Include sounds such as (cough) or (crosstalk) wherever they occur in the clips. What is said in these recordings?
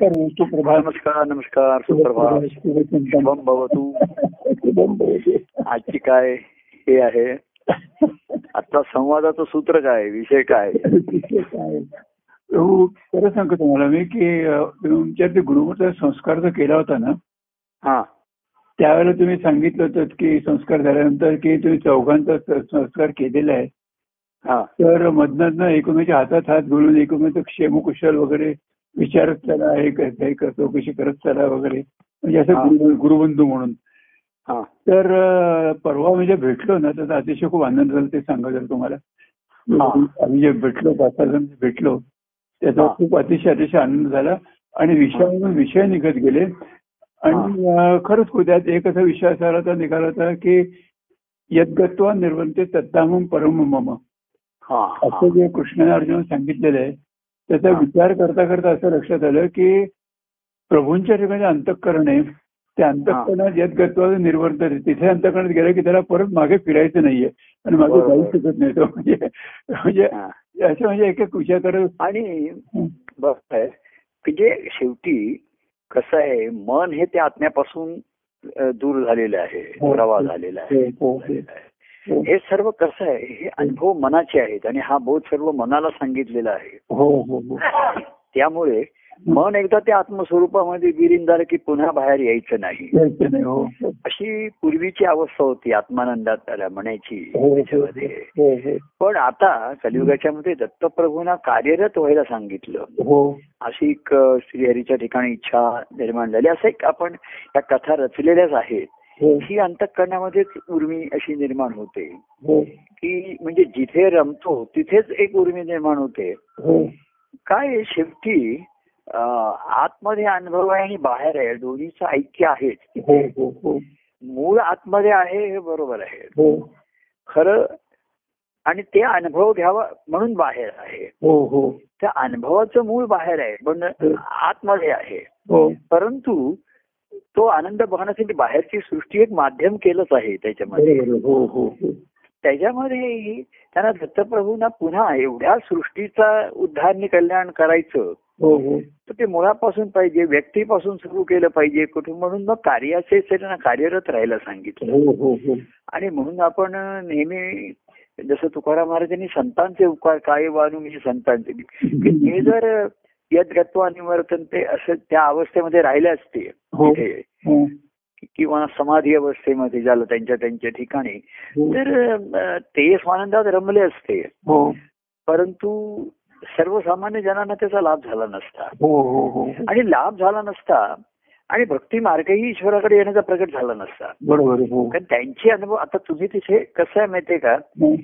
नमस्कार सुप्रभात नमस्कार नमस्कार सुप्रभात शुभम भवतु शुभम भवतु. आजची काय हे आहे आता संवादाचं सूत्र काय विषय काय तिथे काय? प्रभू खरं सांगतो तुम्हाला मी की अं, तुमच्या ते गुरुमूर्त संस्कार जो केला होता ना हा त्यावेळेला तुम्ही सांगितलं होतं की संस्कार झाल्यानंतर की तुम्ही चौघांचा स- संस्कार केलेला आहे हा तर मधनं एकमेकांच्या हातात हात घालून एकमेकांचं क्षेमकुशल वगैरे विचारत चला हे करता हे करतो कशी करत चला वगैरे म्हणजे असं हा. गुरु- गुरुबंधू म्हणून हा तर अं, परवा म्हणजे भेटलो ना तर अतिशय खूप आनंद झाला ते सांगायचं तुम्हाला हा. आम्ही जे भेटलो पाच सहा जण जे भेटलो त्याचा हा. खूप अतिशय अतिशय आनंद झाला आणि विषयावरून विषय निघत गेले आणि अं, खरंच खूप त्यात एक असा विषय असा आला होता निघाला होता की यद्गत्वा निर्वंते तत्तामम परम मम हा असं जे कृष्ण अर्जुन सांगितलेलं आहे त्याचा हा. विचार करता करता असं लक्षात आलं की प्रभूंच्या ठिकाणी अंतःकरण आहे त्या अंतःकरणात यदगत्वा निर्वर्त तिथे अंतःकरणात गेलं की त्याला परत मागे फिरायचं नाहीये आणि मागे बरोबर. जाऊ शकत नाही तो म्हणजे म्हणजे हा. असे म्हणजे एक एक विचार करत आणि बघ आहे की जे शेवटी कसं आहे मन हे त्या आत्म्यापासून अ, दूर झालेलं आहे हो. प्रवाह झालेला आहे हो, हो, झालेला आहे. हो. हे सर्व कसं आहे हे अनुभव मनाचे आहेत आणि हा बोध सर्व मनाला सांगितलेला आहे हो हो हो त्यामुळे मन एकदा त्या आत्मस्वरूपामध्ये विरिंदाल की पुन्हा बाहेर यायचं नाही यायचं नाही हो हो, अशी पूर्वीची अवस्था होती आत्मानंदात त्याला म्हणायची हो, हो, त्याच्यामध्ये हो, हो. पण आता कलियुगाच्या मध्ये दत्तप्रभूंना कार्यरत व्हायला सांगितलं हो अशी एक अ, श्रीहरीच्या ठिकाणी इच्छा निर्माण झाली असं एक आपण या कथा रचलेल्याच आहेत हो ही अंतकरणामध्येच उर्मी अशी निर्माण होते हो की म्हणजे जिथे रमतो तिथेच एक उर्मी निर्माण होते हो काय आहे, शेवटी अ, आतमध्ये अनुभव आहे आणि बाहेर आहे दोन्हीचं ऐक्य आहेच हो हो हो मूळ आतमध्ये आहे हे बरोबर आहे हो खरं आणि ते अनुभव घ्यावा म्हणून बाहेर आहे हो हो त्या अनुभवाचं मूळ बाहेर आहे पण आतमध्ये आहे हो परंतु तो आनंद बघण्यासाठी बाहेरची सृष्टी एक माध्यम केलंच आहे त्याच्यामध्ये बरोबर हो हो हो त्याच्यामध्ये त्यांना दत्तप्रभूंना पुन्हा एवढ्या सृष्टीचा उद्धार आणि कल्याण करायचं हो हो तर ते मुळापासून पाहिजे व्यक्तीपासून सुरू केलं पाहिजे कुठून म्हणून मग कार्याचे त्यांना कार्यरत राहायला सांगितलं हो हो हो आणि म्हणून आपण नेहमी जसं तुकाराम महाराजांनी संतांचे उपकार काय वाणू म्हणजे संतांचे हे जर यदगत्व निवर्तन ते असं त्या अवस्थेमध्ये राहिले असते हो. तिथे हो, किंवा समाधी अवस्थेमध्ये झालं त्यांच्या त्यांच्या ठिकाणी हो, तर अं, ते स्वानंदात रमले असते हो परंतु सर्वसामान्य जणांना त्याचा लाभ झाला नसता हो हो हो आणि लाभ झाला नसता आणि भक्ती मार्गही ईश्वराकडे येण्याचा प्रकट झाला नसता बरोबर आहे, हो कारण त्यांचे अनुभव आता तुम्ही तिथे कसं आहे माहितीये का हो,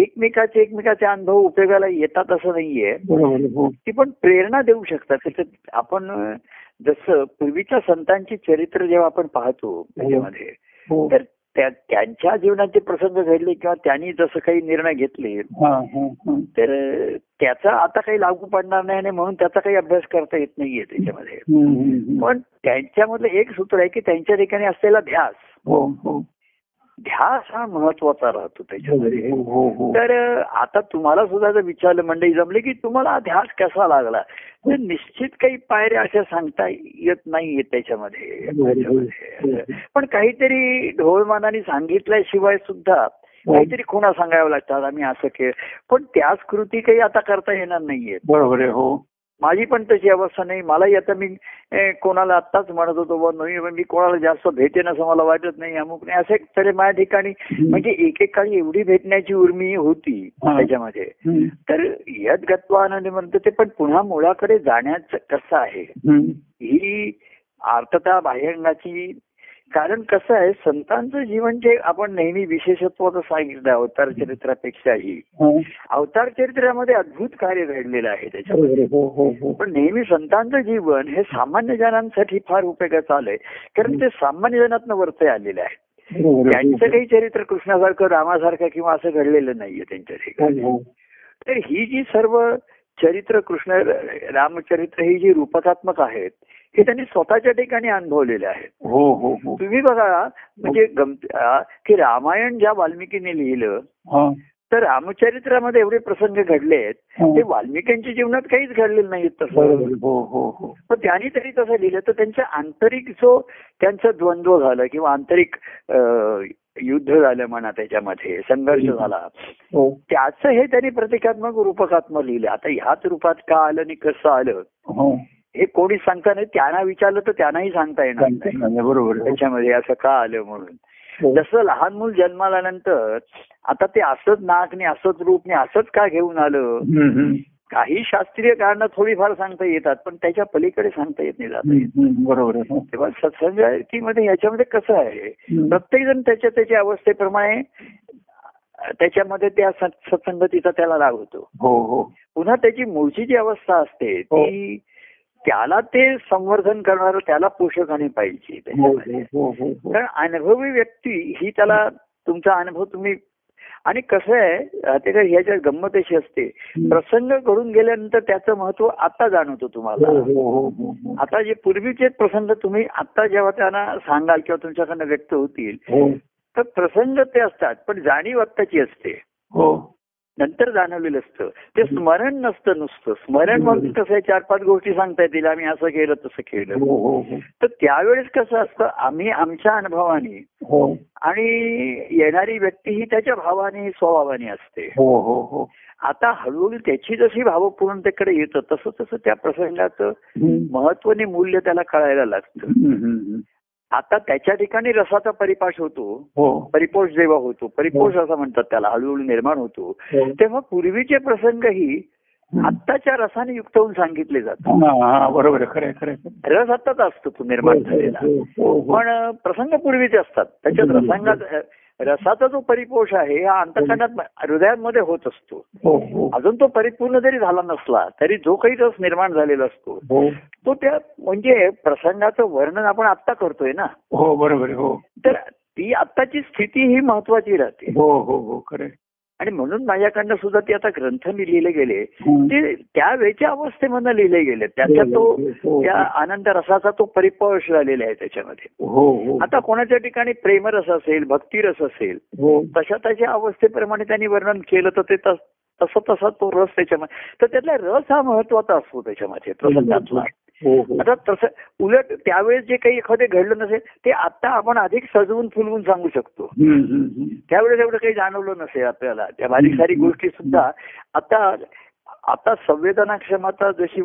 एकमेकाचे एकमेकाचे अनुभव उपयोगाला येतात असं नाहीये बरोबर आहे, हो ती पण प्रेरणा देऊ शकतात त्याच्यात आपण अं, जसं पूर्वीच्या संतांची चरित्र जेव्हा आपण पाहतो त्याच्यामध्ये हो तर त्या- त्यांच्या जीवनाचे प्रसंग घडले किंवा त्यांनी जसं काही निर्णय घेतले हा हा हा तर अं, त्याचा आता काही लागू पडणार नाही आणि म्हणून त्याचा काही अभ्यास करता येत नाहीये त्याच्यामध्ये हम्म, हम्म, हम्म. पण त्यांच्यामधलं एक सूत्र आहे की त्यांच्या ठिकाणी असलेला ध्यास हो हो ध्यास हा महत्वाचा राहतो त्याच्यामध्ये हो हो हो तर अं, आता तुम्हाला सुद्धा जर विचारलं मंडळी जमले की तुम्हाला हा ध्यास कसा लागला तर निश्चित काही पायऱ्या अशा सांगता येत नाहीये त्याच्यामध्ये त्याच्यामध्ये. पण काहीतरी ढोलमानाने सांगितल्याशिवाय सुद्धा हो. काहीतरी खुणा सांगाव्या लागतात आम्ही असं केलं पण त्याच कृती काही आता करता येणार नाहीये बरोबर आहे हो माझी पण तशी अवस्था नाही मलाही आता मी ए, कोणाला आत्ताच म्हणत होतो बा नाही मी कोणाला जास्त भेटेन असं मला वाटत नाही अमुक नाही असं तरी माझ्या ठिकाणी म्हणजे एकेकाळी एवढी भेटण्याची उर्मी होती हा. त्याच्यामध्ये हम्म, तर यद गत्वा आनंद म्हणतो ते पण पुन्हा मुळाकडे जाण्याचं कसं आहे हम्म. ही आर्थता बाहेरण्याची कारण कसं आहे संतांचं जीवन जे आपण नेहमी विशेषत्वाचं सांगितलं अवतार चरित्रापेक्षाही हा, अवतार चरित्रामध्ये अद्भुत कार्य घडलेलं आहे त्याच्यामध्ये बरोबर आहे, हो हो हो पण नेहमी संतांचं जीवन हे सामान्य जणांसाठी फार उपयोगाचं आलंय कारण ते सामान्य जणांतनं वरते आलेले आहेत बरोबर आहे, त्यांचं काही चरित्र कृष्णासारखं रामासारखं किंवा असं घडलेलं नाहीये त्यांच्या हो, ठिकाणी हो, तर ही जी सर्व चरित्र कृष्ण रामचरित्र ही जी रूपकात्मक आहेत हे त्यांनी स्वतःच्या ठिकाणी अनुभवलेले आहेत हो हो हो तुम्ही बघा म्हणजे गमत- अं, की रामायण ज्या वाल्मिकीने लिहिलं हा तर रामचरित्रामध्ये एवढे प्रसंग घडले आहेत हा. ते वाल्मिकांच्या जीवनात काहीच घडलेलं नाही तसं बरोबर. हो हो हो पण त्यांनी तरी तसं लिहिलं तर त्यांच्या आंतरिक जो त्यांचं द्वंद्व झालं किंवा आंतरिक अं, युद्ध झालं म्हणा त्याच्यामध्ये संघर्ष झाला हो त्याचं हे त्यांनी प्रतिकात्मक रूपकात्मक लिहिलं आता ह्याच रूपात का आलं आणि कसं आलं हो हे कोणी सांगता नाही त्यांना विचारलं तर त्यांनाही सांगता येणार सांगता नाही येणार नाही. बरोबर आहे. त्याच्यामध्ये असं का आलं म्हणून हो. जसं लहान मूल जन्माल्यानंतर आता ते असंच नाक आणि असंच रूप आणि असंच का घेऊन आलं हम्म, हम्म. काही शास्त्रीय कारण थोडीफार सांगता येतात पण त्याच्या पलीकडे सांगता येत नाही जात हम्म, हम्म. बरोबर आहे. हो. तेव्हा सत्संगातीमध्ये याच्यामध्ये कसं आहे हम्म. प्रत्येक जण त्याच्या त्याच्या अवस्थेप्रमाणे त्याच्यामध्ये त्या सत्- सत्संगतीचा त्याला लाभ होतो हो हो पुन्हा त्याची मूळची जी अवस्था असते हो. ती त्याला ते संवर्धन करणार त्याला पोषकाने पाहिजे हो त्याच्यामध्ये हो हो हो कारण अनुभवी व्यक्ती ही त्याला तुमचा अनुभव तुम्ही आणि कसं आहे ते काय ह्याच्या गंमत अशी असते हम्म. प्रसंग घडून गेल्यानंतर त्याचं महत्व आता जाणवतो हो तुम्हाला हो हो हो हो. आता जे पूर्वीचे प्रसंग तुम्ही आता जेव्हा त्यांना सांगाल किंवा तुमच्याकडनं व्यक्त होतील हो तर प्रसंग ते असतात पण जाणीव आत्ताची असते हो नंतर जाणवलेलं असतं ते स्मरण नसतं नुसतं स्मरण मग कसं आहे चार पाच गोष्टी सांगता येतील आम्ही असं केलं तसं केलं हो हो हो तर त्यावेळेस कसं असतं आम्ही आमच्या अनुभवाने हो आणि येणारी व्यक्ती ही त्याच्या भावाने स्वभावाने असते हो हो हो आता हळूहळू त्याची जशी भावपूर्णतेकडे येतं तसं तसं त्या प्रसंगाचं हम्म. महत्व आणि मूल्य त्याला कळायला लागतं हम्म, हम्म, हम्म. आता त्याच्या ठिकाणी रसाचा परिपाश होतो हो परिपोष जेव्हा होतो परिपोष असं म्हणतात त्याला हळूहळू निर्माण होतो हो. तेव्हा पूर्वीचे प्रसंगही हम्म. आत्ताच्या रसाने युक्त होऊन सांगितले जातात हा हा बरोबर आहे खरं आहे, खरं आहे. रस आत्ताच असतो तो निर्माण झालेला हो, हो, हो. पण अ, प्रसंग पूर्वीचे असतात त्याच्यात हम्म. रसांगात अ, रसाचा जो परिपोष आहे हा अंतकरणात हृदयांमध्ये होत असतो हो हो अजून तो परिपूर्ण जरी झाला नसला तरी जो काही रस निर्माण झालेला असतो हो तो त्या म्हणजे प्रसंगाचं वर्णन आपण आत्ता करतोय ना हो बरोबर आहे. हो तर ती आत्ताची स्थिती ही महत्वाची राहते हो हो हो खरं आहे. आणि म्हणून माझ्याकडनं सुद्धा ते आता ग्रंथ मी लिहिले गेले हम्म. ते त्यावेळच्या अवस्थेमधनं लिहिले गेले त्याचा तो हो, त्या आनंद रसाचा तो परिपोष झालेला आहे त्याच्यामध्ये हो हो आता कोणाच्या ठिकाणी प्रेमरस असेल भक्तिरस असेल हो तशा त्याच्या अवस्थेप्रमाणे त्यांनी वर्णन केलं तर ते तस- तसं तसा तो रस त्याच्यामध्ये तर त्यातला रस हा महत्वाचा असतो त्याच्यामध्ये प्रसंगातला हो हो आता तसं उलट त्यावेळेस जे काही एखादे घडलं नसेल ते आता आपण अधिक सजवून फुलवून सांगू शकतो हम्म, हम्म, हम्म. त्यावेळेस एवढं काही जाणवलं नसेल आपल्याला त्या बारीक सारीक गोष्टी सुद्धा आता आता संवेदना क्षमता जशी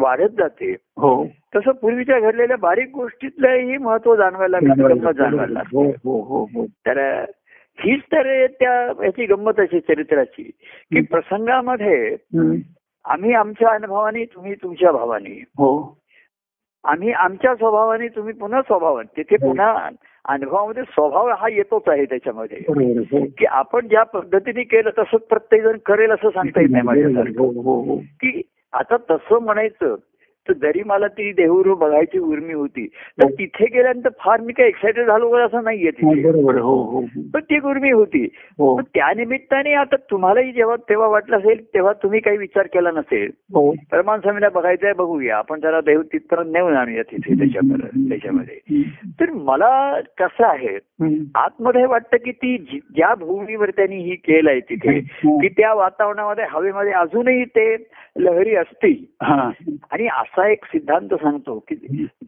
वाढत जाते हो तसं पूर्वीच्या घडलेल्या बारीक गोष्टीतलंही महत्व जाणवायला लागतं, जाणवायला लागतं. हो हो हो हो तर हीच तर त्या याची गंमत अशी चरित्राची की हम्म. प्रसंगामध्ये हम्म. आम्ही आमच्या अनुभवाने तुम्ही तुमच्या भावाने हो आम्ही आमच्या स्वभावाने तुम्ही पुन्हा स्वभावाने तिथे हो. पुन्हा अनुभवामध्ये स्वभाव हा येतोच आहे त्याच्यामध्ये बरोबर आहे. हो की आपण ज्या पद्धतीने केलं तसंच प्रत्येक जण करेल असं (laughs) सांगता येत नाही माझ्यासारखं हो हो हो की आता तसं म्हणायचं तर जरी मला ती देहूर बघायची उर्मी होती तर हो. तिथे गेल्यानंतर फार मी काही एक्सायटेड झालो वगैरे असं नाहीये हा, तिथे बरोबर आहे. हो हो पण ती एक उर्मी होती हो मग त्या निमित्ताने आता तुम्हालाही जेव्हा तेव्हा वाटलं असेल तेव्हा तुम्ही काही विचार केला नसेल हो परमान स्वामीला बघायचंय बघूया आपण जरा देव तिथपर्यंत नेऊन आणूया तिथे त्याच्यापर्यंत त्याच्यामध्ये हम्म. तर मला कसं आहे हम्म. आतमध्ये वाटतं की ती जी- ज्या भूमीवर त्यांनी ही केलंय तिथे हो. की त्या वातावरणामध्ये हवेमध्ये अजूनही ते लहरी असतील हा. आणि असा एक सिद्धांत सांगतो की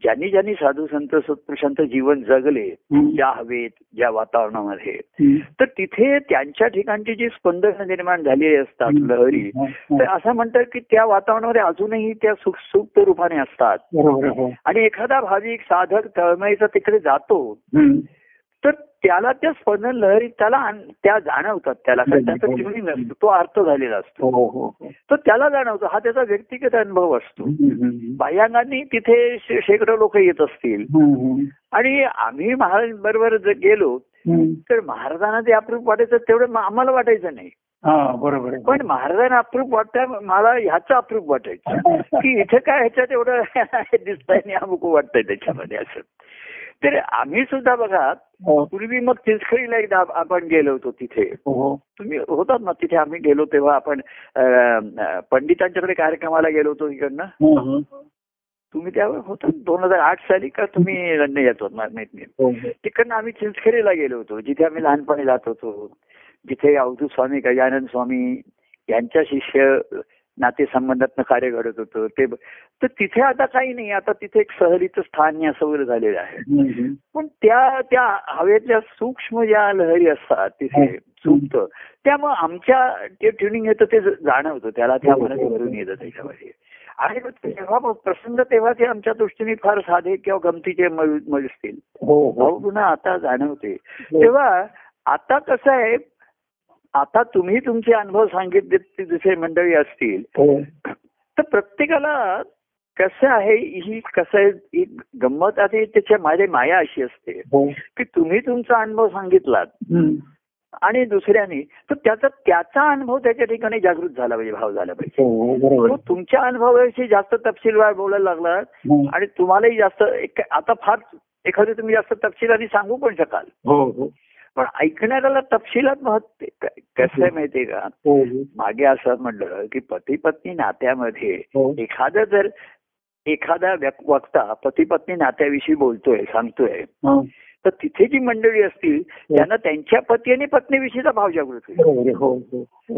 ज्यांनी ज्यांनी साधू संत सत्पुरुषांत जीवन जगले हम्म. ज्या हवेत ज्या वातावरणामध्ये हम्म. तर तिथे त्यांच्या ठिकाणची जी स्पंदन निर्माण झालेली असतात हम्म. हो. लहरी हा, तर हा. असं म्हणतात की त्या वातावरणामध्ये अजूनही त्या सुख सुप्त रूपाने असतात बरोबर आहे. हो आणि एखादा भाविक साधक तळमळीचा तिकडे जातो हम्म. तर त्याला त्या स्पंदन लहरी त्याला आण- त्या जाणवतात त्याला कारण त्याचा जीवनी नसतो तो अर्थ झालेला असतो हो हो हो तर त्याला जाणवतो हा त्याचा व्यक्तिगत अनुभव असतो हम्म, हम्म. बाह्यांगांनी तिथे शे- शेकडो लोक येत असतील हम्म, हम्म. आणि आम्ही महाराज बरोबर जर गेलो हम्म. तर महाराजांना जे अप्रूप वाटायचं तेवढं म- आम्हाला वाटायचं नाही हा बरोबर हो. आहे. पण महाराजांना अप्रूप वाटतं मला ह्याचं अप्रूप वाटायचं हो, की इथं काय ह्याच्यात एवढं दिसतंय आणि अमुक वाटतंय त्याच्यामध्ये असं तर आम्ही सुद्धा बघा हो पूर्वी मग तिसखळीला एकदा आप- आपण गेलो होतो तिथे हो तुम्ही होतात ना तिथे आम्ही गेलो तेव्हा आपण अं, अं, पंडितांच्याकडे कार्यक्रमाला गेलो होतो इकडनं हा, हा. तुम्ही त्यावेळी होता दोन हजार आठ साली का तुम्ही लंडन येत होत मला माहित नाही हो, हो. तिकडनं आम्ही चिंचखेरीला गेलो होतो जिथे आम्ही लहानपणी जात होतो जिथे अवधूत स्वामी गजानन स्वामी यांच्या शिष्य नातेसंबंधातनं कार्य घडत होतं ते ब- तर तिथे आता काही नाही आता तिथे एक सहलीचं स्थान या सवय झालेलं आहे पण त्या त्या हवेतल्या सूक्ष्म ज्या लहरी असतात तिथे हं. सुप्त त्यामुळे आमच्या जे ट्युनिंग येतं ते ज- जाणवतं त्याला हो, त्या मनात भरून येतं त्याच्यामध्ये आणि मग तेव्हा मग प्रसंग तेव्हा ते आमच्या दृष्टीने फार साधे किंवा गमतीचे मल- मजतील हो हो भावगुणा आता जाणवते तेव्हा आता कसं आहे आता तुम्ही तुमचे अनुभव सांगितले ते दुसरे मंडळी असतील हो. तर प्रत्येकाला कसं आहे ही कसं आहे ही गंमत आहे त्याच्या माझ्या माया अशी असते हो. की तुम्ही तुमचा अनुभव सांगितलात हम्म. आणि दुसऱ्याने तर त्याचा त्याचा अनुभव त्याच्या ठिकाणी जागृत झाला पाहिजे भाव झाला पाहिजे हो, हो, बरोबर तो तुमच्या अनुभवाविषयी जास्त तपशीलवार बोलायला लागला हं. आणि तुम्हालाही जास्त एक आता फार एखादं तुम्ही जास्त तपशिलाने सांगू पण शकाल हो हो पण ऐकणाऱ्याला तपशिलात महत्व कसं आहे माहितीये का हो हो. मागे असं म्हणलं की पती पत्नी नात्यामध्ये हो एखादा जर एखादा व्यक- वक्ता पती पत्नी नात्याविषयी बोलतोय सांगतोय हा. तर तिथे जी मंडळी असतील त्यांना त्यांच्या पती आणि पत्नीविषयीचा भाव जागृत होईल बरोबर आहे. हो हो हो.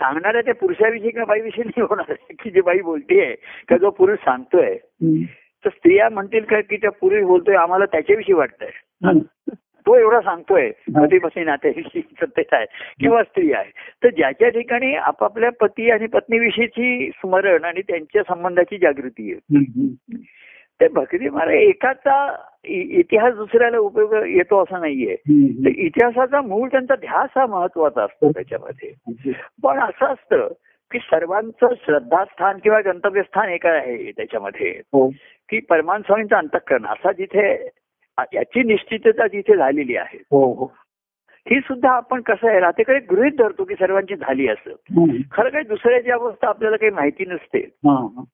सांगणाऱ्या त्या पुरुषाविषयी किंवा बाईविषयी नाही होणार की जी बाई बोलतेय का जो पुरुष सांगतोय हम्म. तर स्त्रिया म्हणतील का की त्या पुरुष बोलतोय आम्हाला त्याच्याविषयी वाटतंय हं. तो एवढा सांगतोय हा. पती पत्नी नात्याविषयी (laughs) सत्तेत आहे किंवा स्त्री आहे तर ज्याच्या ठिकाणी आपापल्या पती आणि पत्नीविषयीची स्मरण आणि त्यांच्या संबंधाची जागृती आहे हं, हं. ते भक्ती मारे एकाचा इ- इतिहास दुसऱ्याला उपयोग येतो असं नाहीये तर हं, इतिहासाचा मूळ त्यांचा ध्यास हा महत्वाचा असतो त्याच्यामध्ये हं. पण असं असतं की सर्वांचं श्रद्धास्थान किंवा गंतव्यस्थान एक आहे त्याच्यामध्ये हो की परमान स्वामींचं अंतःकरण असा जिथे आ- याची निश्चितता जिथे झालेली आहे हो हो ही सुद्धा आपण कसं आहे राहतेकडे गृहित धरतो की सर्वांची झाली असं हं. खरं काही दुसऱ्याची अवस्था आपल्याला काही माहिती नसते हा, हा.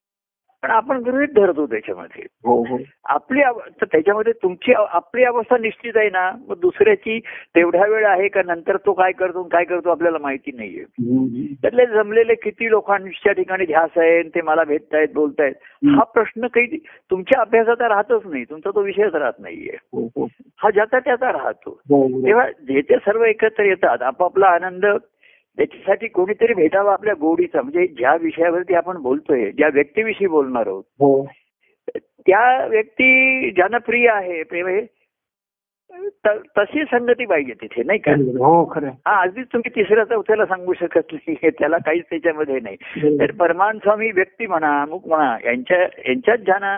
पण आपण गृहित धरतो त्याच्यामध्ये हो हो आपली अव- तर त्याच्यामध्ये तुमची अव- आपली अवस्था निश्चित आहे ना मग दुसऱ्याची तेवढा वेळ आहे का नंतर तो काय करतो आणि काय करतो आपल्याला माहिती नाहीये हं, हं. त्यातले जमलेले किती लोकांच्या ठिकाणी ध्यास आहे आणि ते मला भेटतायत बोलतायत हं. हा प्रश्न काही तुमच्या अभ्यासाचा राहतच नाही तुमचा तो विषयच राहत नाहीये हो हो हा ज्याचा त्याचा राहतो हो, हो. तेव्हा जे ते सर्व एकत्र येतात आपापला आनंद त्याच्यासाठी कोणीतरी भेटावा आपल्या गोडीचा म्हणजे ज्या विषयावरती आपण बोलतोय ज्या व्यक्तीविषयी बोलणार आहोत हो त्या व्यक्ती ज्यांना प्रिय आहे प्रेम आहे त- तशी संगती पाहिजे तिथे नाही का बरोबर. हो खरं आहे. हा अगदीच तुम्ही तिसऱ्या चौथ्याला सांगू शकत नाही त्याला काहीच त्याच्यामध्ये नाही बरोबर. तर परमान स्वामी व्यक्ती म्हणा अमुक म्हणा यांच्या यांच्यात ज्यांना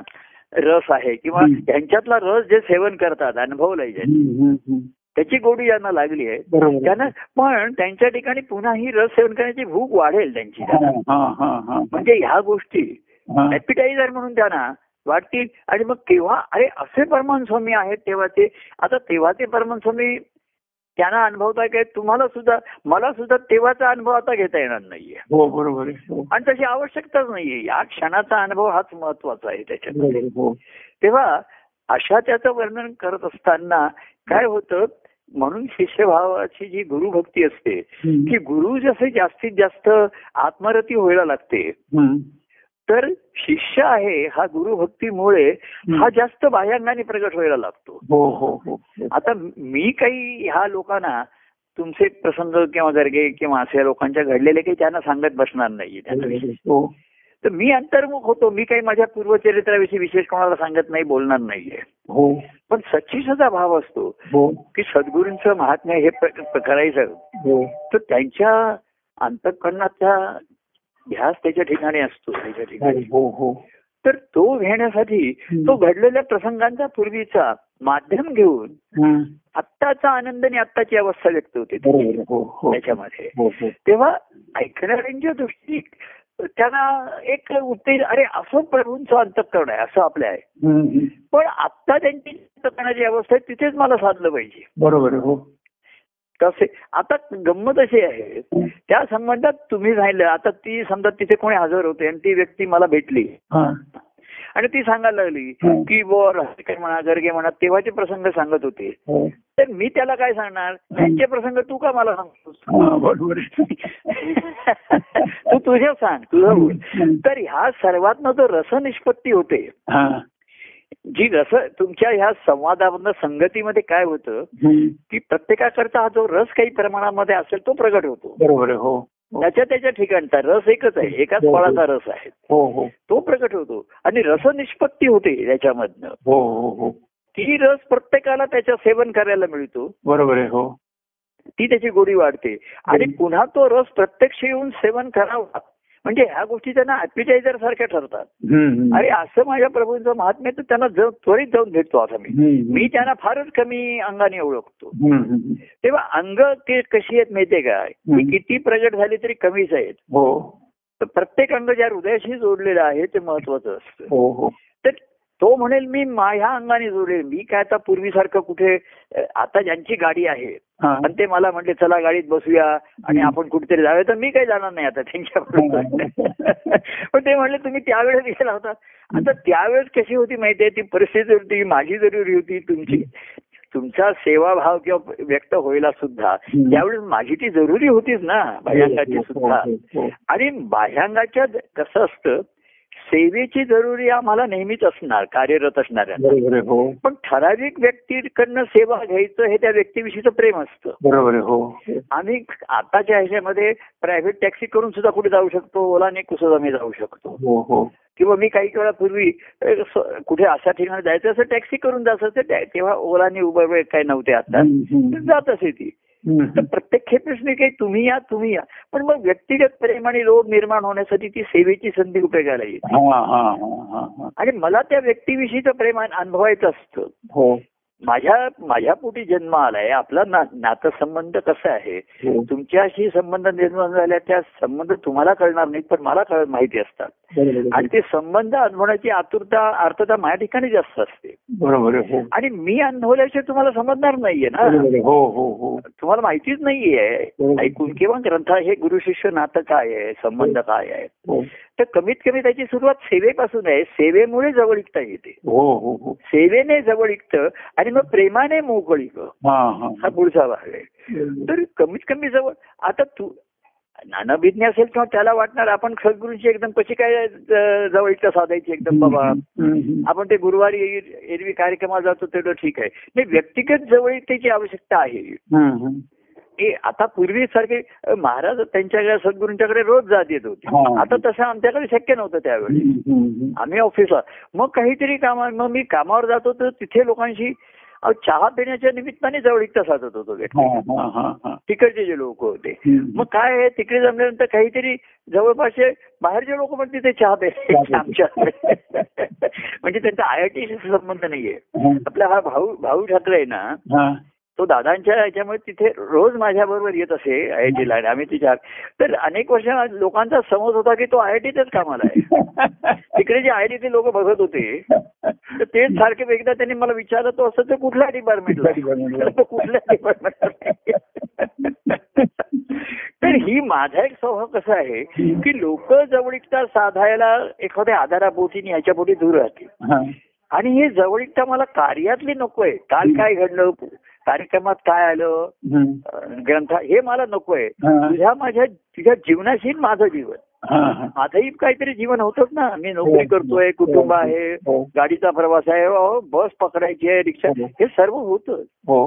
रस आहे किंवा हं. यांच्यातला रस जे सेवन करतात अनुभवलंय ज्यांनी, हं, हं, हं. त्याची गोडी ज्यांना लागली आहे बरोबर त्यांना पण त्यांच्या ठिकाणी पुन्हा ही रस सेवन करण्याची भूक वाढेल त्यांची हा, हा, हा, हा. म्हणजे ह्या गोष्टी हा. ऍपिटायझर म्हणून त्यांना वाटतील आणि मग तेव्हा अरे असे परमान स्वामी आहेत तेव्हा ते आता तेव्हा ते परमान स्वामी त्यांना अनुभवता काय तुम्हाला सुद्धा मला सुद्धा तेव्हाचा अनुभव आता घेता येणार नाहीये हो बरोबर आहे. हो. आणि तशी आवश्यकताच नाहीये या क्षणाचा अनुभव हाच महत्वाचा आहे त्याच्यात बरोबर आहे. हो तेव्हा अशा त्याचं वर्णन करत असताना काय होतं म्हणून शिष्यभावाची जी गुरुभक्ती असते हं. की गुरु जसे जास्तीत जास्त आत्मरती व्हायला लागते हं. तर शिष्य आहे हा गुरुभक्तीमुळे हा जास्त बाह्यांगाने प्रगट व्हायला लागतो हो हो हो हो. आता मी काही ह्या लोकांना तुमचे प्रसंग किंवा जरगे किंवा अशा लोकांच्या घडलेले काही त्यांना सांगत बसणार नाही बरोबर आहे. हो तर मी अंतर्मुख होतो मी काही माझ्या पूर्वचरित्राविषयी विशेष कोणाला सांगत नाही बोलणार नाहीये हो पण सच्चिसाचा भाव असतो हो की सद्गुरूंचं महात्म्य हे प्र- प्र- करायचं हो तर त्यांच्या अंतःकरणाचा ध्यास त्याच्या ठिकाणी असतो त्याच्या ठिकाणी हो हो तर तो घेण्यासाठी तो घडलेल्या प्रसंगांचा पूर्वीचा माध्यम घेऊन हं. आत्ताचा आनंद आणि आत्ताची अवस्था व्यक्त होते बरोबर आहे. हो हो त्याच्यामध्ये हो हो तेव्हा ऐकणाऱ्यांच्या दृष्टी त्यांना एक उत्तेज अरे असं प्रभूंचं अंतःकरण आहे असं आपलं आहे हं, हं. पण आत्ता त्यांची अंतःकरणाची अवस्था आहे तिथेच मला साधलं पाहिजे बरोबर आहे. हो तसे आता गंमत अशी आहे त्या संबंधात तुम्ही राहिलं आता ती समजा तिथे कोणी हजर होते आणि ती व्यक्ती मला भेटली हा. आणि ती सांगायला लागली हं. की वर काय म्हणा गर्गे म्हणा तेव्हाचे प्रसंग सांगत होते हो तर मी त्याला काय सांगणार त्यांचे प्रसंग तू का मला सांगतोस हा, बरोबर आहे. (laughs) तू तुझे सांग तुझं बोल हं. तर ह्या सर्वातनं जो रसनिष्पत्ती होते हा. जी रस तुमच्या ह्या संवादामधनं संगतीमध्ये काय होतं हम्म. की प्रत्येकाकरता हा जो रस काही प्रमाणामध्ये असेल तो प्रगट होतो बरोबर आहे हो त्याच्या त्याच्या ठिकाणचा रस एकच आहे एकाच हो, हो. फळाचा रस आहे हो हो तो प्रगट होतो आणि रसनिष्पत्ती होते त्याच्यामधनं हो हो हो ती रस प्रत्येकाला त्याच्या सेवन करायला मिळतो बरोबर आहे हो ती त्याची गोडी वाढते आणि पुन्हा तो रस प्रत्यक्ष येऊन सेवन करावा म्हणजे ह्या गोष्टी त्यांना ऍपिटायझर सारख्या ठरतात हम्म, हम्म. आणि असं माझ्या प्रभूंचं महात्म्य तर त्यांना ज- त्वरित जाऊन भेटतो आता मी हम्म, हम्म. मी त्यांना फारच कमी अंगाने ओळखतो हम्म, हम्म. तेव्हा अंग ते कशी आहेत माहितीये का ही किती प्रगट झाली तरी कमीच आहेत हो तर प्रत्येक अंग ज्या हृदयाशी जोडलेलं आहे ते महत्वाचं असतं हो हो तर तो म्हणेल मी माझ्या अंगाने जोडले मी काय आता पूर्वीसारखं कुठे अ, आता ज्यांची गाडी आहे हा. आणि ते मला म्हटले चला गाडीत बसूया आणि हम्म. हो, आपण कुठेतरी जाऊया तर मी काही जाणार नाही आता त्यांच्याबरोबर (laughs) पण ते म्हणले तुम्ही त्यावेळेस गेला होता आता त्यावेळेस कशी होती माहितीये ती परिस्थिती होती माझी जरुरी होती तुमची तुमचा सेवाभाव किंवा व्यक्त व्हायला सुद्धा हम्म. त्यावेळेस माझी ती जरुरी होतीच ना बाह्यांगाची हो, सुद्धा हो, हो, हो. आणि बाह्यांगाच्या ज- कसं असतं सेवेची जरुरी आम्हाला नेहमीच असणार कार्यरत असणाऱ्यांना बरोबर आहे हो पण ठराविक व्यक्तीकडनं सेवा घ्यायचं हे त्या व्यक्तीविषयीचं प्रेम असतं बरोबर आहे हो आम्ही आताच्या ह्याच्यामध्ये प्रायव्हेट टॅक्सी करून सुद्धा कुठे जाऊ शकतो ओलाने सुद्धा आम्ही जाऊ शकतो हो हो किंवा मी काही वेळापूर्वी अ, स- कुठे अशा ठिकाणी जायचं असं टॅक्सी करून जात असे त्या- तेव्हा ओलाने उबर वेळ काही नव्हते आता हम्म, तर हम्म. जात असे ती हम्म, तर हम्म. प्रत्येक खेपेसनी काही तुम्ही या तुम्ही या पण मग व्यक्तिगत प्रेम आणि रोग निर्माण होण्यासाठी ती सेवेची संधी उपयोगाला येईल हा हा हा हा हा आणि मला त्या व्यक्तीविषयीचं प्रेम अन- अनुभवायचं असतं हो माझ्या माझ्या पोटी जन्म आलाय आपला ना नातसंबंध कसा आहे हो तुमच्याशी संबंध निर्माण झाल्या त्या संबंध तुम्हाला कळणार नाहीत पण मला कळ माहिती असतात बरोबर आहे. आणि ते संबंध अनुभवण्याची आतुरता अर्थता माझ्या ठिकाणी जास्त असते बरोबर आहे हो आणि मी अनुभवल्याशिवाय तुम्हाला समजणार नाहीये ना बरोबर आहे. हो हो हो तुम्हाला माहितीच नाहीये बरोबर. ऐकून किंवा ग्रंथ हे गुरु शिष्य नातं काय आहे संबंध काय आहे हो तर कमीत कमी त्याची सुरुवात सेवेपासून आहे सेवेमुळे जवळीकता येते हो हो हो सेवेने जवळीकतं आणि मग प्रेमाने मोकळीक हा हा हा पुढचा भाग आहे तर कमीत कमी जवळ आता तू नानाभिज्ञ असेल किंवा त्याला वाटणार आपण सद्गुरूंची एकदम कशी काय ज- जवळीकता साधायची 음, एकदम बाबा हम्म, हम्म. आपण ते गुरुवारी एर- एरवी कार्यक्रमात जातो तेवढं ठीक आहे नाही व्यक्तिगत जवळीकतेची आवश्यकता आहे हम्म, हम्म. हे आता पूर्वीसारखे अ, महाराज त्यांच्याकडे सद्गुरूंच्याकडे रोज जात येत होते हा. आता तसं आमच्याकडे शक्य नव्हतं त्यावेळी हम्म, हम्म, आम्ही ऑफिसला मग काहीतरी काम मग मी कामावर जात होतो तिथे लोकांशी अ, चहा पिण्याच्या निमित्ताने जवळीकता साधत होतो व्यक्ती. हम्म. हा, हा, हा, हा. तिकडचे जे लोक होते हम्म. मग काय आहे तिकडे जमल्यानंतर काहीतरी जवळपासचे बाहेरचे लोक पण तिथे चहा प्यायचे चहा आमच्या (laughs) म्हणजे त्यांचा आयआयटीशी संबंध नाहीये हा. आपला हा भाऊ भाऊ ठाकरे आहे ना हा. तो दादांच्या याच्यामुळे तिथे रोज माझ्याबरोबर येत असे आयआयटीला आणि आम्ही तिच्या तर अनेक वर्ष लोकांचा समज होता की तो आयआयटीतच कामाला आहे तिकडे जे आयआयटीचे लोक बघत होते तर तेच सारखे एकदा त्यांनी मला विचारलं तो असं तर कुठल्या डिपार्टमेंटला डिपार्टमेंटला? (laughs) तो कुठल्या डिपार्टमेंटला तर ही माझा एक स्वभाव कसा आहे 음, की लोक जवळीकता साधायला एखाद्या आधारापोटी आणि ह्याच्यापोटी दूर राहतील हा. आणि हे जवळीकता मला कार्यातली नकोय काल काय घडलं कार्यक्रमात काय आलं हम्म. अं, ग्रंथ हे मला नकोय हा. तुझ्या माझ्या तुझ्या जीवनाशी माझं जीवन हा, हा. माझंही काहीतरी जीवन होतच ना मी नोकरी करतोय कुटुंब आहे हो गाडीचा प्रवास आहे अहो, बस पकडायची आहे रिक्षा हे सर्व होतं हो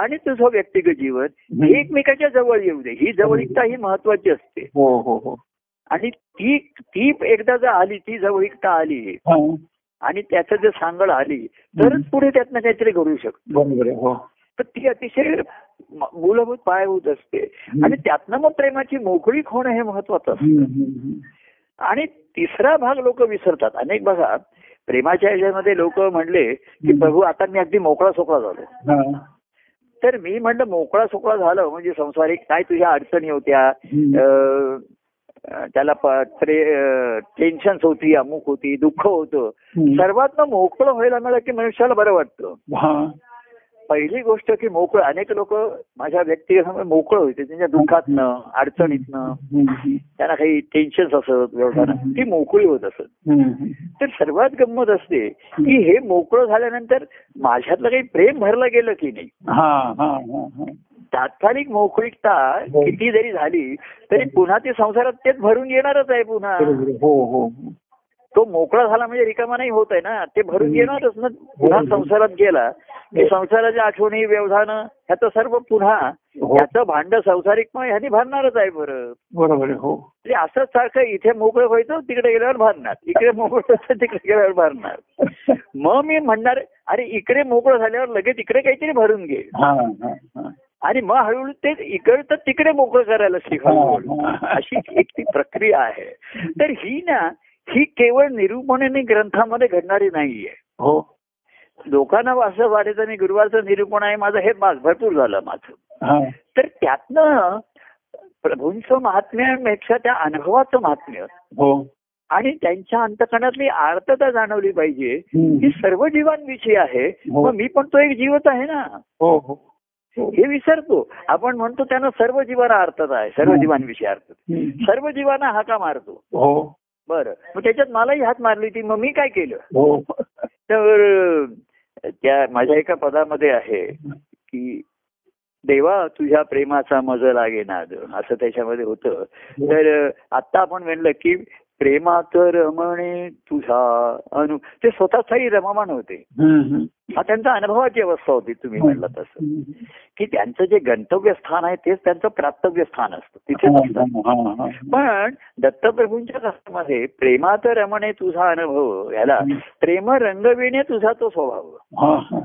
आणि तुझं व्यक्तिगत जीवन हे एकमेकाच्या जवळ येऊ दे ही जवळीकता ही महत्वाची असते हो हो हो आणि ती ती एकदा जर आली ती जवळीकता आली हा. आणि त्याचं जर सांगड आली तरच पुढे त्यातनं काहीतरी घडू शकतो बरोबर आहे हो तर ती अतिशय म- मूलभूत पायाभूत असते आणि त्यातनं मग प्रेमाची मोकळीक होणं हे महत्वाचं असतं हम्म, हम्म, हम्म. आणि तिसरा भाग लोक विसरतात अनेक बघा प्रेमाच्या ह्याच्यामध्ये लोक म्हणले की हम्म. प्रभू आता मी अगदी मोकळा सोकळा झालो हा. तर मी म्हणलं मोकळा सोकळा झालं म्हणजे संसारिक काय तुझ्या अडचणी होत्या हम्म. अं, अं, त्याला टेन्शन होती अमुक होती दुःख होतं हम्म. सर्वात मोकळं व्हायला मिळालं की मनुष्याला बरं वाटतं हा. पहिली गोष्ट की मोकळं अनेक लोक माझ्या व्यक्तिगत मोकळं होते त्यांच्या दुःखातनं अडचणीतनं हम्म, हम्म. त्यांना काही टेन्शन असत व्यवसायात ती मोकळी होत असत हम्म. तर सर्वात गंमत असते की हे मोकळं झाल्यानंतर माझ्यातलं काही प्रेम भरलं गेलं की नाही हा हा हा हा तात्कालिक मोकळीकता हो. किती जरी झाली तरी पुन्हा ते संसारात तेच भरून येणारच आहे पुन्हा बरोबर आहे. हो हो तो मोकळा झाला म्हणजे रिकामा नाही होत आहे ना ते भरून हम्म. येणारच ना पुन्हा हो. संसारात गेला की संसाराच्या आठवणी व्यवधानं ह्याचं सर्व पुन्हा हो. याचं भांड संसारिक मग ह्यानी भरणारच आहे बरं बरोबर आहे हो म्हणजे असंच सारखं इथे मोकळं व्हायचं तिकडे गेल्यावर भरणार इकडे मोकळं व्हायचं तिकडे गेल्यावर भरणार मग मी म्हणणार अरे इकडे मोकळं झाल्यावर लगेच इकडे काहीतरी भरून घेईल हा हा हा. आणि मग हळूहळू ते इकडे तर तिकडे मोकळं करायला हो, शिकवलं हा, हा. अशी एक ती प्रक्रिया आहे तर ही ना ही केवळ निरूपण आणि ग्रंथामध्ये घडणारी नाहीये हो लोकांना असं वाटायचं मी गुरुवारचं निरूपण आहे माझं हे बास भरपूर झालं माझं हा तर त्यातनं प्रभूंचं महात्म्यापेक्षा त्या अनुभवाचं महात्म्य हो आणि त्यांच्या अंतकणातली आर्तता जाणवली पाहिजे ही हम्म. सर्व जीवांविषयी आहे हो. मग मी पण तो एक जीवच आहे ना हो हो हो. हे विसरतो आपण म्हणतो त्यांना सर्व जीवांना अर्थच आहे सर्व हं. जीवांविषयी अर्थ हम्म. सर्व जीवांना हाका मारतो हो बरं मग त्याच्यात मलाही हात मारली ती मग मी काय केलं हो तर अं, त्या माझ्या एका पदामध्ये आहे की देवा तुझ्या प्रेमाचा मज लागे नाद असं त्याच्यामध्ये होतं तर अं, आत्ता आपण म्हणलं की प्रेमात रमणे तुझा अनु ते स्वतःचाही रममाण होते हम्म, हम्म. हा त्यांचा अनुभवाची अवस्था होती तुम्ही म्हणला तसं हम्म. की त्यांचं जे गंतव्य स्थान आहे तेच त्यांचं प्राप्तव्य स्थान असतं हो. तिथेच असतं हा, हा, हा. पण दत्तप्रभूंच्या कथामध्ये प्रेमात रमणे तुझा अनुभव याला हम्म. प्रेम रंगविणे तुझा तो स्वभाव हा, हा.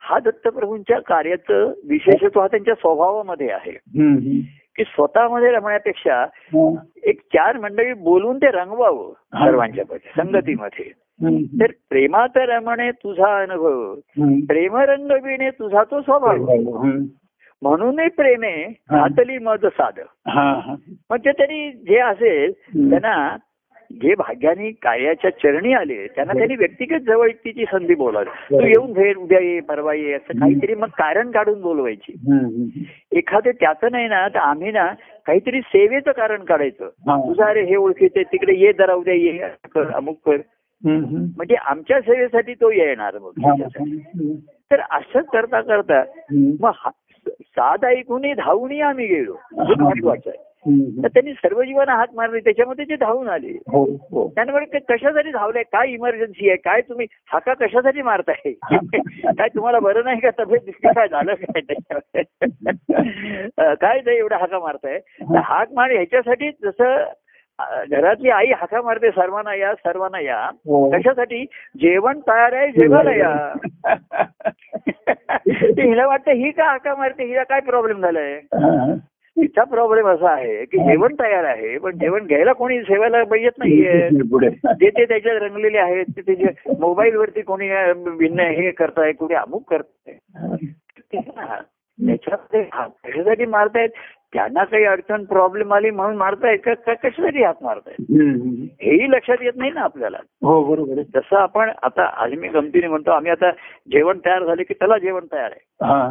हा दत्तप्रभूंच्या कार्याचं विशेषत्व हा त्यांच्या स्वभावामध्ये आहे हम्म, हम्म. की स्वतःमध्ये रमण्यापेक्षा हा. एक चार मंडळी बोलून ते रंगवावं हा. सर्वांच्या मध्ये संगतीमध्ये हम्म. तर प्रेमात रमणे तुझा अनुभव हम्म. प्रेम रंगविणे तुझा तो स्वभाव हम्म. म्हणूनही प्रेमे हातली मज साध हा, हा. म्हणजे तरी जे असेल हम्म. त्यांना जे भाग्याने कार्याच्या चरणी आले त्यांना त्यांनी व्यक्तिगत जवळकीची संधी बोलावी तू बरोबर. येऊन भेट उद्या ये परवा ये असं काहीतरी मग कारण काढून बोलवायची हम्म. एखादं त्याचं नाही ना तर आम्ही ना काहीतरी सेवेचं कारण काढायचं हा. तुझं अरे हे ओळखीचे तिकडे ये जरा उद्या ये असं कर अमुक कर हम्म. म्हणजे आमच्या सेवेसाठी तो येणार मग हा. तर असं करता करता हम्म. मग हा- साध ऐकूनही धावूनही आम्ही गेलो हे हा. महत्वाचं आहे हम्म. तर त्यांनी सर्व जीवन हात मारले त्याच्यामध्ये ते धावून आले हो हो त्यामुळे ते कशासाठी धावले काय इमर्जन्सी आहे काय तुम्ही हाका कशासाठी मारताय (laughs) काय तुम्हाला बरं नाही का तब्येत बिस्की काय झालं काय त्याच्यामध्ये? (laughs) अं, काय ते एवढा हाका मारताय तर हाक मार ह्याच्यासाठी जसं अं, घरातली आई हाका मारते सर्वांना या सर्वांना या हो. कशासाठी जेवण तयार आहे जेवायला (laughs) या ते हिला वाटतं ही का हाका मारते हिला काय प्रॉब्लेम झालाय हा, हा. तिचा प्रॉब्लेम असा आहे की जेवण तयार आहे पण जेवण घ्यायला कोणी सेवायला पाहिजेत नाहीये पुढे जे ते त्याच्यात रंगलेले आहेत ते त्याच्या मोबाईल वरती कोणी अ, भिन्न हे करताय कोणी अमुक करताय ते ना, त्याच्यामध्ये हात कशासाठी मारतायत त्यांना काही अडचण प्रॉब्लेम आली म्हणून मारतायत का का कशासाठी हात मारतायत हम्म. हेही लक्षात येत नाही ना आपल्याला हो बरोबर आहे जसं आपण आता आज मी गमतीने म्हणतो आम्ही आता जेवण तयार झाले की चला जेवण तयार आहे हा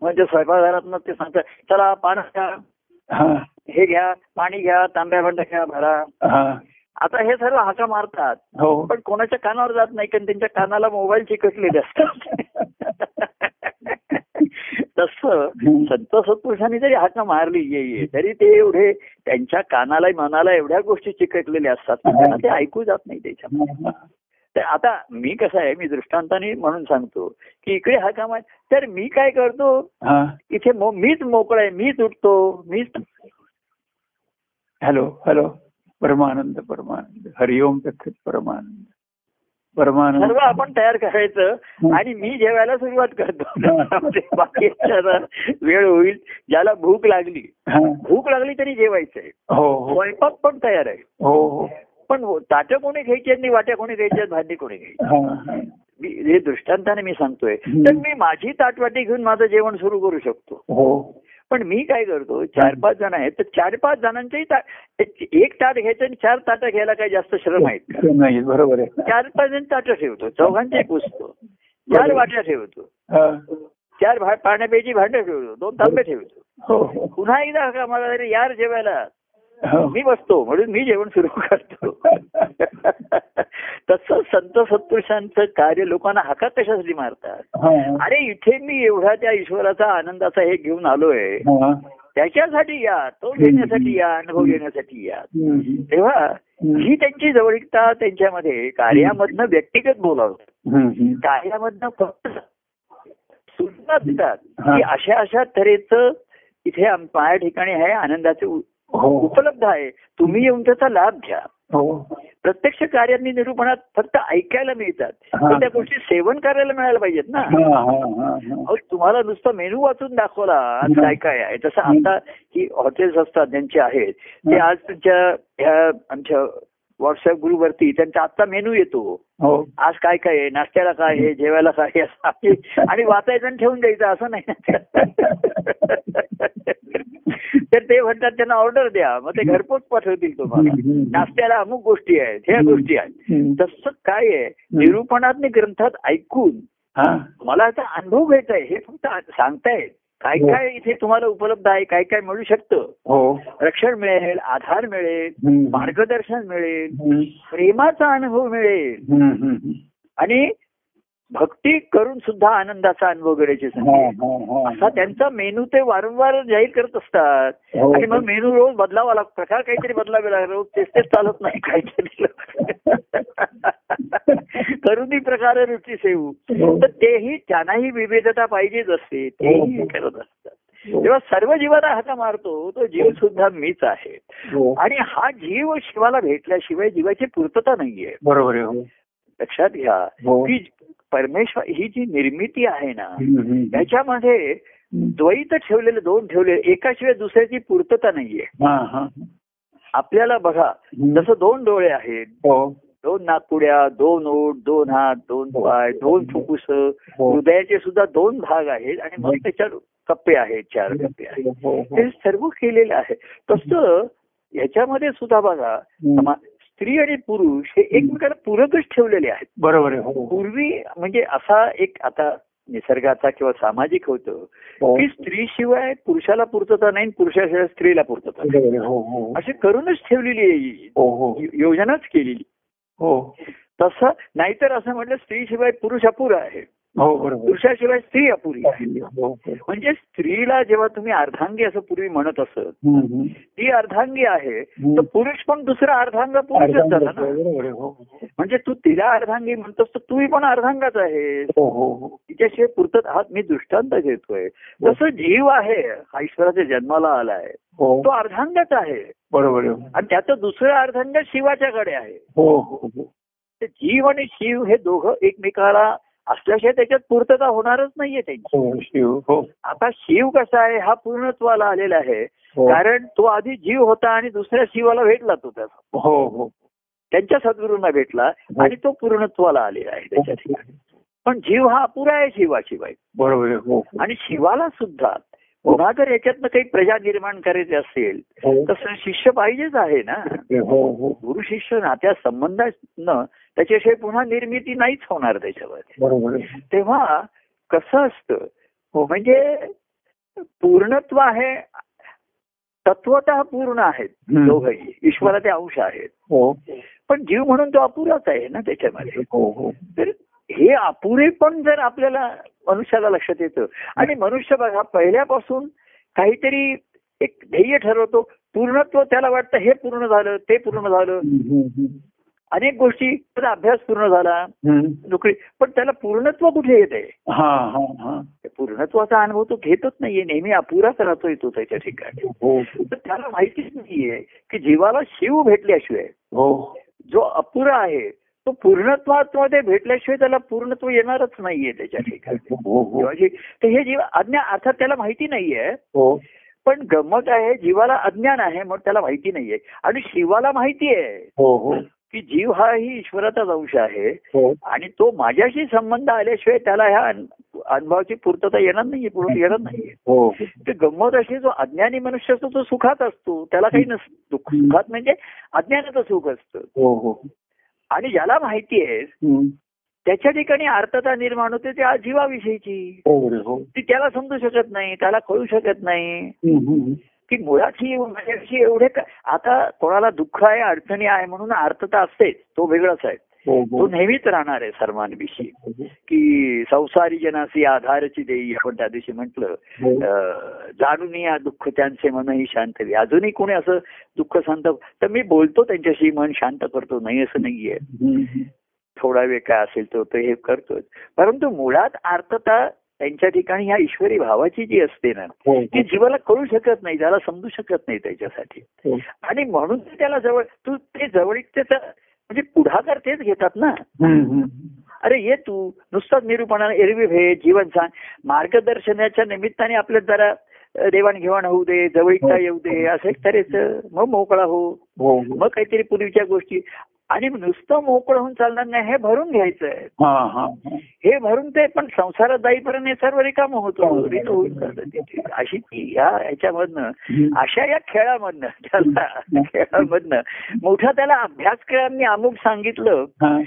म्हणजे स्वयंपाकघरात ते सांगतात चला पानं घ्या हा हे घ्या पाणी घ्या तांब्या भांडा घ्या भरा हा आता हे सर्व हाका मारतात हो पण कोणाच्या कानावर जात नाही कारण त्यांच्या कानाला मोबाईल चिकटलेले असतात (laughs) तसं हम्म. संत सत्पुरुषांनी जरी हाका मारली ये ये तरी ते एवढे त्यांच्या कानाला मनाला एवढ्या गोष्टी चिकटलेल्या असतात की त्यांना ते ऐकू जात नाही त्याच्या हा, हा. तर आता मी कसं आहे मी दृष्टांताने म्हणून सांगतो की इकडे हाका मार तर मी काय करतो हा इथे मो- मीच मोकळा आहे मीच उठतो मीच हॅलो हॅलो परमानंद परमानंद हरिओम सखत परमानंद परमानंद सर्व आपण तयार करायचं आणि मी जेवायला सुरुवात (laughs) करतो बाकी जरा वेळ होईल ज्याला भूक लागली हा. भूक लागली तरी जेवायचंय हो हो स्वयंपाक पण तयार आहे हो हो पण ताटं कोणी घ्यायची आणि वाट्या कोणी घ्यायच्या भांडी कोणी घ्यायची हा, हा. मी हे दृष्टांताने मी सांगतोय हम्म. तर मी माझी ताटवाटी घेऊन माझं जेवण सुरू करू शकतो हो पण मी काय करतो चार पाच जण आहेत तर चार पाच जणांचेही ता- एक ताट घ्यायचं आणि चार ताटं घ्यायला काही जास्त श्रम आहेत का हो, नाही बरोबर आहे चार पाच जण ताटं ठेवतो चौघांचे पुसतो चार वाट्या ठेवतो हा. चार भा- पाण्यापेची भांडं ठेवतो दोन तांबे ठेवतो हो हो पुन्हा एकदा का मला तरी यार जेवायला हो. मी बसतो म्हणून मी जेवण सुरू (laughs) करतो तसं संत सत्पुरुषांचं कार्य लोकांना हाका कशासाठी मारतात हा, अरे इथे मी एवढा त्या ईश्वराचा आनंदाचा हे घेऊन आलोय हा. त्याच्यासाठी या तो घेण्यासाठी या अनुभव घेण्यासाठी या हम्म. तेव्हा हम्म. ही त्यांची जवळीकता त्यांच्यामध्ये कार्यामधनं व्यक्तिगत बोलावं हम्म. कार्यामधनं फक्त सूचना देतात हा. की अशा अशा तऱ्हेचं इथे आम- माझ्या ठिकाणी आहे आनंदाचे उ- हो उपलब्ध आहे तुम्ही येऊन त्याचा लाभ घ्या हो प्रत्यक्ष कार्यांनी निरूपणात फक्त ऐकायला मिळतात हा. पण त्या गोष्टी सेवन करायला मिळायला पाहिजेत ना हा हा हा हा अहो, तुम्हाला नुसतं मेनू वाचून दाखवला आज हम्म. काय काय आहे तसं हम्म. आता ही हॉटेल्स असतात ज्यांचे आहेत ते हम्म. आज तुमच्या ह्या आमच्या व्हॉट्सअप ग्रुपवरती त्यांचा आता मेनू येतो हो आज काय काय आहे नाश्त्याला काय आहे जेवायला काय आहे असं आहे. आणि वाचायचं आणि ठेवून द्यायचं असं नाही तर ते म्हणतात त्यांना ऑर्डर द्या मग ते घरपोच पाठवतील तुम्हाला हम्म. नाश्त्याला अमुक गोष्टी आहेत ह्या हम्म. गोष्टी आहेत हम्म. तसं काय आहे निरूपणात ग्रंथात ऐकून हा मला आता अनुभव घ्यायचा आहे हे फक्त आ- सांगतायत काय हो. काय इथे तुम्हाला उपलब्ध आहे काय काय मिळू शकतं हो रक्षण मिळेल आधार मिळेल हम्म. मार्गदर्शन मिळेल हम्म. प्रेमाचा अनुभव मिळेल हम्म. हम्म. आणि भक्ती करून सुद्धा आनंदाचा अनुभव घडायची हा, संधी आहे. हा, हा. असा त्यांचा मेनू ते वारंवार जाहीर करत असतात हो. आणि मग मेनू रोज बदलावा लागतो प्रकार काहीतरी बदलावे लागतो रोज तेच तेच चालत नाही (laughs) काहीतरी करुणी प्रकार रुची सेवू हो. तर तेही त्यांनाही विविधता पाहिजेच असते तेही हो. करत असतात जेव्हा सर्व जीवाला हाका मारतो तो जीव सुद्धा मीच आहे हो. आणि हा जीव शिवाला भेटल्याशिवाय जीवाची पूर्तता नाहीये बरोबर आहे हो. लक्षात घ्या हो. की परमेश्वर ही जी निर्मिती आहे ना हम्म, हम्म. त्याच्यामध्ये द्वैत ठेवलेले दोन ठेवलेले एकाशिवाय दुसऱ्याची पूर्तता नाहीये हा, हा. आपल्याला बघा हम्म. जसं दोन डोळे आहेत हो. दोन नाकपुड्या दोन ओठ दोन हात दोन पाय दोन फुफ्फुस हो. हृदयाचे सुद्धा दोन भाग आहेत आणि मग त्याच्यावर कप्पे आहेत चार कप्पे आहेत हो, हे हो. सर्व केलेलं आहे तसं याच्यामध्ये सुद्धा बघा हम्म. समा- स्त्री आणि पुरुष हे एकमेकाला पूरकच ठेवलेले आहेत बरोबर आहे हो. पूर्वी म्हणजे असा एक आता निसर्गाचा किंवा सामाजिक होतं हो. की स्त्रीशिवाय पुरुषाला पूर्तता नाही आणि पुरुषाशिवाय स्त्रीला पूर्तता नाही बरोबर आहे. हो, हो. असे करूनच ठेवलेली आहे ही हो, हो. योजनाच केलेली हो. तसं नाहीतर असं म्हटलं स्त्रीशिवाय पुरुष अपुरा आहे हो, बरोबर पुरुषाशिवाय स्त्री अपुरी आहे आहे. हो, हो. म्हणजे स्त्रीला जेव्हा तुम्ही अर्धांगी असं पूर्वी म्हणत असत हम्म, हम्म. ती अर्धांगी आहे हम्म. तर पुरुष पण दुसरा अर्धांग पुरुषच हो. अर्धांग झाला असतो. ना बरोबर आहे. हो, हो. म्हणजे तू तिला अर्धांगी म्हणतोस तर तूही पण अर्धांगाच आहे हो, हो, हो. तिच्याशिवाय पुरतत आहात मी दृष्टांत घेतोय जसं जीव आहे हा ईश्वराच्या जन्माला आलाय हो. तो अर्धांगच आहे बरोबर आहे. आणि त्याचं दुसरं अर्धांग शिवाच्याकडे आहे हो, हो, हो. तर जीव आणि शिव हे दोघं एकमेकाला असल्याशिवाय त्याच्यात पूर्तता होणारच नाहीये त्यांची हो, शिव. हो, आता शिव कसा आहे हा पूर्णत्वाला आलेला आहे हो. कारण तो आधी जीव होता आणि दुसऱ्या शिवाला भेटला तो त्याचा हो, हो. त्यांच्या सद्गुरूंना भेटला आणि तो पूर्णत्वाला आलेला आहे त्याच्या हो. ठिकाणी पण जीव हा अपुरा आहे शिवाशिवाय बरोबर आहे. हो, हो. आणि शिवाला सुद्धा पुन्हा जर याच्यातनं काही प्रजा निर्माण करायची असेल हो. तर शिष्य पाहिजेच आहे ना हो, हो. गुरु शिष्य नात्या संबंधानं त्याच्याशिवाय पुन्हा निर्मिती नाहीच होणार त्याच्यावर बरोबर आहे. तेव्हा कसं असतं हो. म्हणजे पूर्णत्व आहे तत्वत पूर्ण आहेत हम्म. दोघही ईश्वराचे अंश आहेत हो. पण जीव म्हणून तो अपुराच आहे ना त्याच्यामध्ये हो, हो. तर हे अपुरे पण जर आपल्याला मनुष्याला लक्षात येतं आणि मनुष्य बघा पहिल्यापासून काहीतरी एक ध्येय ठरवतो पूर्णत्व त्याला वाटतं हे पूर्ण झालं ते पूर्ण झालं हम्म, हम्म, अनेक गोष्टी त्याचा अभ्यास पूर्ण झाला हम्म. नोकरी पण त्याला पूर्णत्व कुठे येते हा, हा, हा. पूर्णत्वाचा अनुभव तो घेतच नाहीये नेहमी अपुराच राहतोय तो त्याच्या ठिकाणी हो, हो. तर त्याला माहितीच नाहीये की जीवाला शिव भेटल्याशिवाय हो. जो अपुरा आहे तो पूर्णत्वामध्ये भेटल्याशिवाय त्याला पूर्णत्व येणारच नाहीये त्याच्या ठिकाणी हो, हो. जीवाची तर हे जीव अज्ञान अर्थात त्याला माहिती नाहीये हो. पण गमत आहे जीवाला अज्ञान आहे म्हणून त्याला माहिती नाहीये आणि शिवाला माहिती आहे हो, हो. की जीव हा ही ईश्वराचाच अंश आहे हो. आणि तो माझ्याशी संबंध आल्याशिवाय त्याला ह्या अन- अनुभवाची पूर्तता येणार नाहीये पूर्ण येणार नाहीये हो. ते गंमत अशी जो अज्ञानी मनुष्य असतो तो सुखात असतो त्याला काही नसतं दुःख- सुखात म्हणजे अज्ञानाचं सुख असतं हो, हो. आणि ज्याला माहिती आहे हम्म. त्याच्या ठिकाणी अर्थता निर्माण होते त्या जीवाविषयीची बरोबर आहे. हो. ती त्याला समजू शकत नाही त्याला कळू शकत नाही हम्म, हम्म. की मुळात ही माझ्याविषयी एवढे का- आता कोणाला दुःख आहे अडचणी आहे म्हणून अर्थता असतेच तो वेगळाच आहे हो, हो. तो नेहमीच राहणार आहे सर्वांविषयी की संसारी जनासी आधारची देई आपण त्या दिवशी म्हटलं हो. अं, जाणून या दुःख त्यांचे मनही शांत व्हावी. अजूनही कोणी असं दुःख शांत तर मी बोलतो त्यांच्याशी मन शांत करतो नाही असं नाहीये थोडा वेळ काय असेल तो तो हे करतोच परंतु मुळात अर्थता त्यांच्या ठिकाणी ह्या ईश्वरी भावाची जी असते ना हो, ती जीवाला कळू शकत नाही त्याला समजू शकत नाही त्याच्यासाठी हो. आणि म्हणून ते त्याला जवळ तू ते जवळीक त्याचा म्हणजे पुढाकार तेच घेतात ना हम्म, हम्म. अरे ये तू नुसताच निरूपणाला एरवी भे जीवन सांग मार्गदर्शनाच्या निमित्ताने आपल्यात जरा अ, देवाणघेवाण होऊ दे जवळीकता येऊ दे असं एक तऱ्हेचं मग मोकळा हो हो, हो. मग काहीतरी पूर्वीच्या गोष्टी आणि नुसतं मोकळं होऊन चालणार नाही हे भरून घ्यायचं आहे हा, हा, हा. हे भरून ते पण संसारात जाईपर्यंत हे सर्व रिकाम होतो हो. रीत होऊन जातं तिथे. अशी ती या याच्यामधनं हम्म. अशा या खेळामधनं (laughs) त्याला खेळामधनं मोठा त्याला अभ्यासक्रमांनी अमुक सांगितलं हा.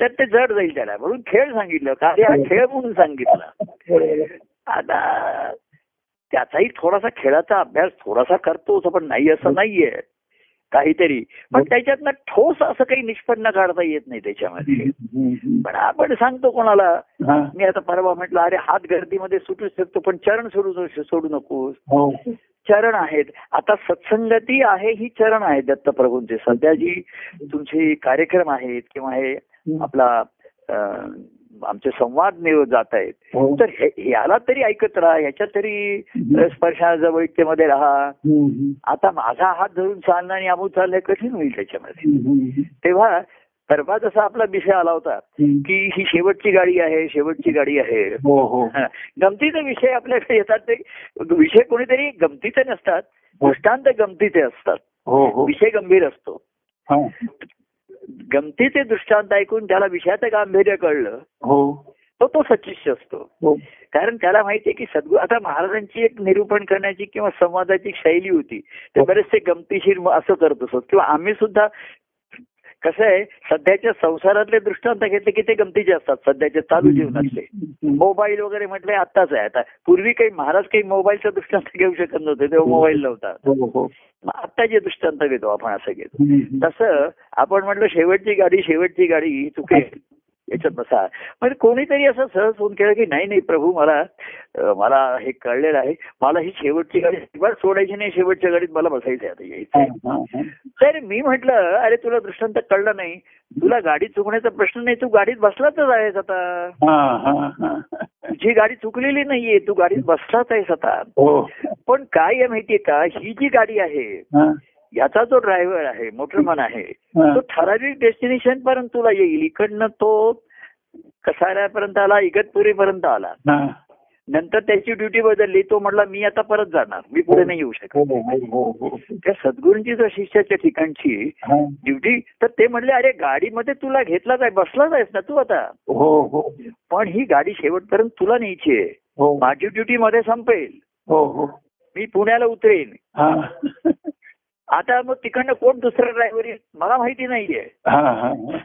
तर ते जड जाईल त्याला म्हणून खेळ सांगितलं कार्य हा खेळ म्हणून सांगितला आता त्याचाही थोडासा खेळाचा अभ्यास थोडासा करतोच पण नाही असं नाहीये काहीतरी पण त्याच्यातनं ठोस असं काही निष्पन्न काढता येत नाही त्याच्यामध्ये हम्म. पण आपण सांगतो कोणाला हा. मी आता परवा म्हटलं अरे हात गर्दीमध्ये सुटू शकतो पण चरण सोडू सोडू नकोस हो. चरण आहेत आता सत्संगती आहे ही चरण आहे दत्तप्रभूंचे सध्या जी तुमचे कार्यक्रम आहेत किंवा हे आपला अं, आमचे संवाद निव- जात आहेत हो. तर हे- याला तरी ऐकत राहा याच्यात तरी अं, स्पर्शाजवळीकतेमध्ये राहा हम्म, आता माझा हात धरून चालणं आणि अमूल चालणं हे कठीण होईल त्याच्यामध्ये हम्म. हम्म, तेव्हा परवा जसा आपला विषय आला होता हम्म. की ही शेवटची गाडी आहे शेवटची गाडी आहे हो हो हा. गमतीचे विषय आपल्याकडे येतात ते विषय कोणीतरी गमतीचे नसतात दृष्टांत गमतीचे असतात हो हो विषय गंभीर असतो हा. गमतीचे दृष्टांत ऐकून त्याला विषयाचं गांभीर्य कळलं हो तो तो सचिष्य असतो हो कारण त्याला माहितीये की सद्गुरू आता महाराजांची एक निरूपण करण्याची किंवा संवादाची एक शैली होती ते बरेचसे गमतीशीर म- असं करत असत किंवा आम्ही सुद्धा कसं आहे सध्याच्या संसारातले दृष्टांत घेतले की ते गमतीचे असतात सध्याच्या चालू जीवनातले मोबाईल वगैरे म्हटले आताच आहे आता पूर्वी काही महाराज काही मोबाईलचा दृष्टांत घेऊ शकत नव्हते तेव्हा मोबाईल नव्हता हो हो मग आता जे दृष्टांत घेतो आपण असं घेतो हम्म. तसं आपण म्हटलं शेवटची गाडी शेवटची गाडी ही चुकेल याच्यात बसा म्हणजे कोणीतरी असं सहज फोन केला की नाही नाही प्रभू मला अं, मला हे कळलेलं आहे मला ही शेवटची गाडी अजिबात सोडायची नाही शेवटच्या गाडीत मला बसायचं आहे आता हा, यायचं हा, हा. तर मी म्हटलं अरे तुला दृष्टांत कळलं नाही तुला गाडी चुकण्याचा प्रश्न नाही तू गाडीत बसलाच आहेस आता हा, हा, हा. तुझी गाडी चुकलेली नाहीये तू गाडीत बसलाच आहेस आता हो पण काय आहे माहितीये का ही जी गाडी आहे हा, याचा जो ड्रायव्हर आहे मोटरमन आहे हा. तो ठराविक डेस्टिनेशन पर्यंत तुला येईल इकडनं तो कसाऱ्यापर्यंत आला इगतपुरीपर्यंत आला हा. नंतर त्याची ड्युटी बदलली तो म्हटला मी आता परत जाणार मी पुढे नाही येऊ शकत हो, हो, हो, हो. त्या सद्गुरूंची जर शिष्याच्या ठिकाणची हा. ड्युटी तर ते म्हणले अरे गाडीमध्ये तुला घेतलाच आहे बसलाच आहेस ना तू आता हो, हो, पण ही गाडी शेवटपर्यंत तुला न्यायची आहे हो, माझी ड्युटी मध्ये संपेल हो, हो. मी पुण्याला उतरेन हा. आता मग तिकडनं कोण दुसरा ड्रायव्हर येईल मला माहिती नाहीये हा, हा, हा.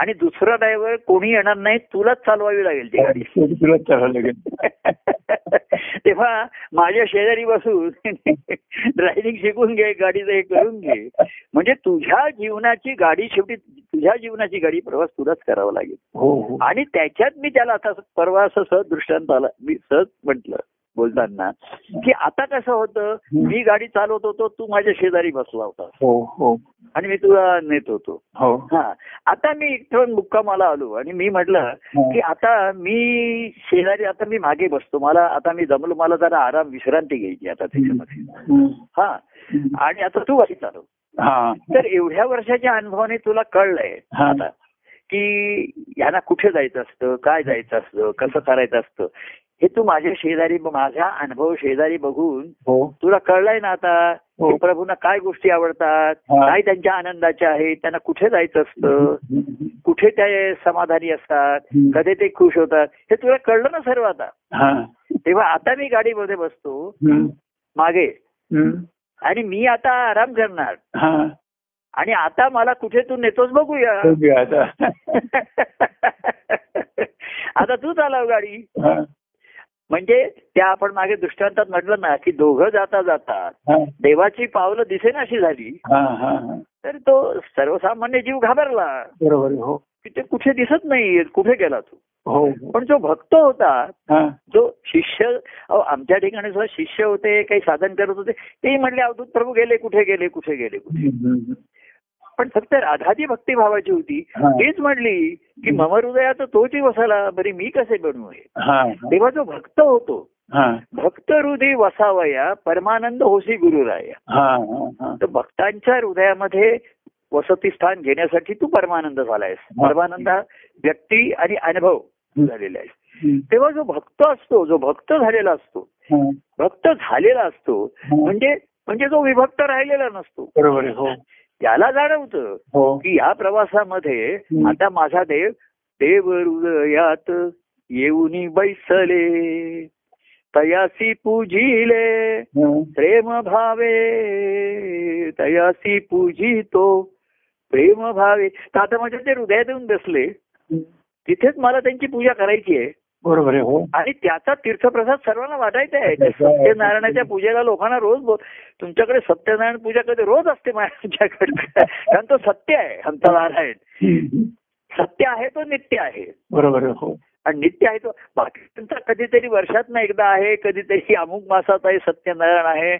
आणि दुसरा ड्रायव्हर कोणी येणार नाही तुलाच चालवावी लागेल ती गाडी (laughs) शेवटी तुला चालावं लागेल. तेव्हा माझ्या शेजारी (laughs) बसून ड्रायव्हिंग शिकून घे गाडीचं हे करून घे म्हणजे तुझ्या जीवनाची गाडी शेवटी तुझ्या जीवनाची गाडी प्रवास तुलाच करावा लागेल हो, हो. आणि त्याच्यात मी त्याला आता परवा असं सहज दृष्टांत आला मी सहज म्हटलं बोलताना की आता कसं होतं मी गाडी चालवत होतो तू माझ्या शेजारी बसला होता हो, हो, आणि मी तुला नेत होतो हो. हा आता मी इथून मुक्कामाला आलो आणि मी म्हटलं की हा. आता मी शेजारी आता मी मागे बसतो मला आता मी जमलो मला जरा आराम विश्रांती घ्यायची आता त्याच्यामध्ये हम्म. हा आणि आता तू वाईट चालू हा. तर एवढ्या वर्षाच्या अनुभवाने तुला कळलंय हा. आता की यांना कुठे जायचं असतं काय जायचं असतं कसं करायचं असतं हे तू माझ्या शेजारी माझा अनुभव शेजारी बघून हो, तुला कळलंय ना आता हो. की प्रभूंना काय गोष्टी आवडतात हा. काय त्यांच्या आनंदाच्या आहेत त्यांना कुठे जायचं असतं हम्म. कुठे ते समाधानी असतात हम्म. कधी ते खुश होतात हे तुला कळलं ना सर्व आता हा. तेव्हा आता मी गाडीमध्ये बसतो हम्म. मागे हम्म. आणि मी आता आराम करणार हा. आणि आता मला कुठे तू नेतोस बघूया (laughs) बघूया आता. आता तू चालव गाडी हा, म्हणजे त्या आपण मागे दृष्टांतात म्हटलं ना की दोघं जाता जाता हा. देवाची पावलं दिसेनाशी झाली हा, हा, हा. तर तो सर्वसामान्य जीव घाबरला बरोबर आहे, हो की ते कुठे दिसत नाहीये कुठे गेला तू हो पण जो भक्त होता हा जो शिष्य अहो, आमच्या ठिकाणी सुद्धा शिष्य होते काही साधन करत होते तेही म्हणले अवधूत प्रभू गेले कुठे गेले कुठे गेले पण फक्त राधाची भक्तिभावाची होती हा. तीच म्हणली की मम हृदयात तोची वसाला बरी मी कसे बनू हे हा तेव्हा जो भक्त होतो हा भक्त हृदय वसावया परमानंद होसी गुरुराया हा हा तर भक्तांच्या हृदयामध्ये वसतिस्थान घेण्यासाठी तू परमानंद झालायस हा. परमानंद हा व्यक्ती आणि अनुभव झालेला आहेस हम्म. तेव्हा जो भक्त असतो जो भक्त झालेला असतो हा, भक्त झालेला असतो हा. म्हणजे म्हणजे जो विभक्त राहिलेला नसतो बरोबर आहे हो त्याला जाणवतं हो की या प्रवासामध्ये हं. आता माझा देव देव हृदयात येऊनी बैसले तयासी पूजिले हा. प्रेम भावे तयासी पूजितो प्रेम भावे तर आता माझ्या ते हृदयात येऊन बसले तिथेच मला त्यांची पूजा करायची आहे बरोबर आहे हो आणि त्याचा तीर्थप्रसाद सर्वांना वाटायचा आहे त्या सत्यनारायणाच्या पूजेला लोकांना रोज बोल तुमच्याकडे सत्यनारायण पूजा कधी रोज असते माझ्याकडे कारण तो सत्य आहे हंता नारायण हम्म. सत्य आहे तो नित्य आहे बरोबर आहे हो आणि नित्य आहे तो बाकी त्यांचा कधीतरी वर्षात एकदा आहे कधीतरी अमुक मासात आहे सत्यनारायण आहे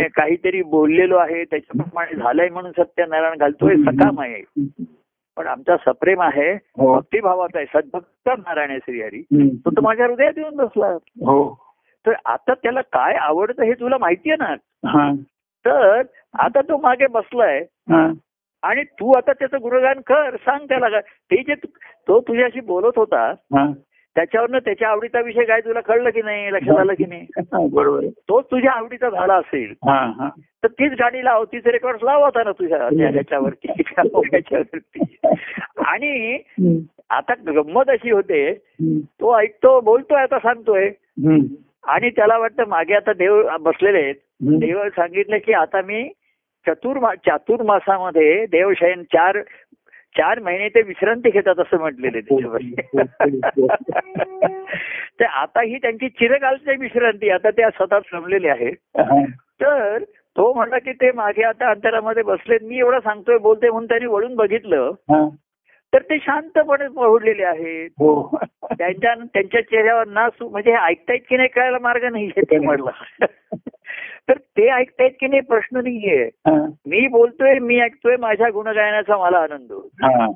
हे काहीतरी बोललेलो आहे त्याच्याप्रमाणे झालंय म्हणून सत्यनारायण घालतोय सकाम आहे पण आमचा सप्रेम आहे हो भक्तिभावात आहे सद्भक्त नारायण आहे श्रीहरी हम्म. तो तर माझ्या हृदयात येऊन बसला हो तर आता त्याला काय आवडतं हे तुला माहितीये ना हा तर आता तो मागे बसलाय हा आणि तू आता त्याचं गुणगान कर सांग त्याला काय ते जे तू- तो तुझ्याशी बोलत होता हा त्याच्यावरनं त्याच्या आवडीचा विषय काय तुला कळलं की नाही लक्षात आलं की नाही हा, बरोबर आहे तोच तुझ्या आवडीचा झाला असेल हा हा तर तीच गाणी लाव तीच रेकॉर्ड लाव होता ना तुझ्या त्या ह्याच्यावरती त्या याच्यावरती. आणि हम्म. आता गंमत अशी होते हम्म. तो ऐकतो बोलतोय आता सांगतोय हम्म. आणि त्याला वाटतं मागे आता देव बसलेले आहेत हम्म. देव सांगितलं की आता मी चतुर्मा चातुर्मासामध्ये देवशयन चार चार महिने ते विश्रांती घेतात असं म्हटलेले (laughs) तर आता ही त्यांची चिरकालची विश्रांती आता त्या स्वतः श्रमलेले आहे हा. तर तो म्हणला की ते मागे आता अंतरामध्ये बसलेत मी एवढं सांगतोय बोलते म्हणून त्यांनी वळून बघितलं हा. तर ते शांतपणे पहुडलेले आहेत हो त्यांच्या त्यांच्या चेहऱ्यावर ना सु म्हणजे हे ऐकतायत की नाही कळायला मार्ग नाहीये ते म्हटलं (laughs) तर ते ऐकतायत की नाही प्रश्न नाहीये हा. मी बोलतोय मी ऐकतोय माझ्या गुणगायनाचा मला आनंद होतो हा.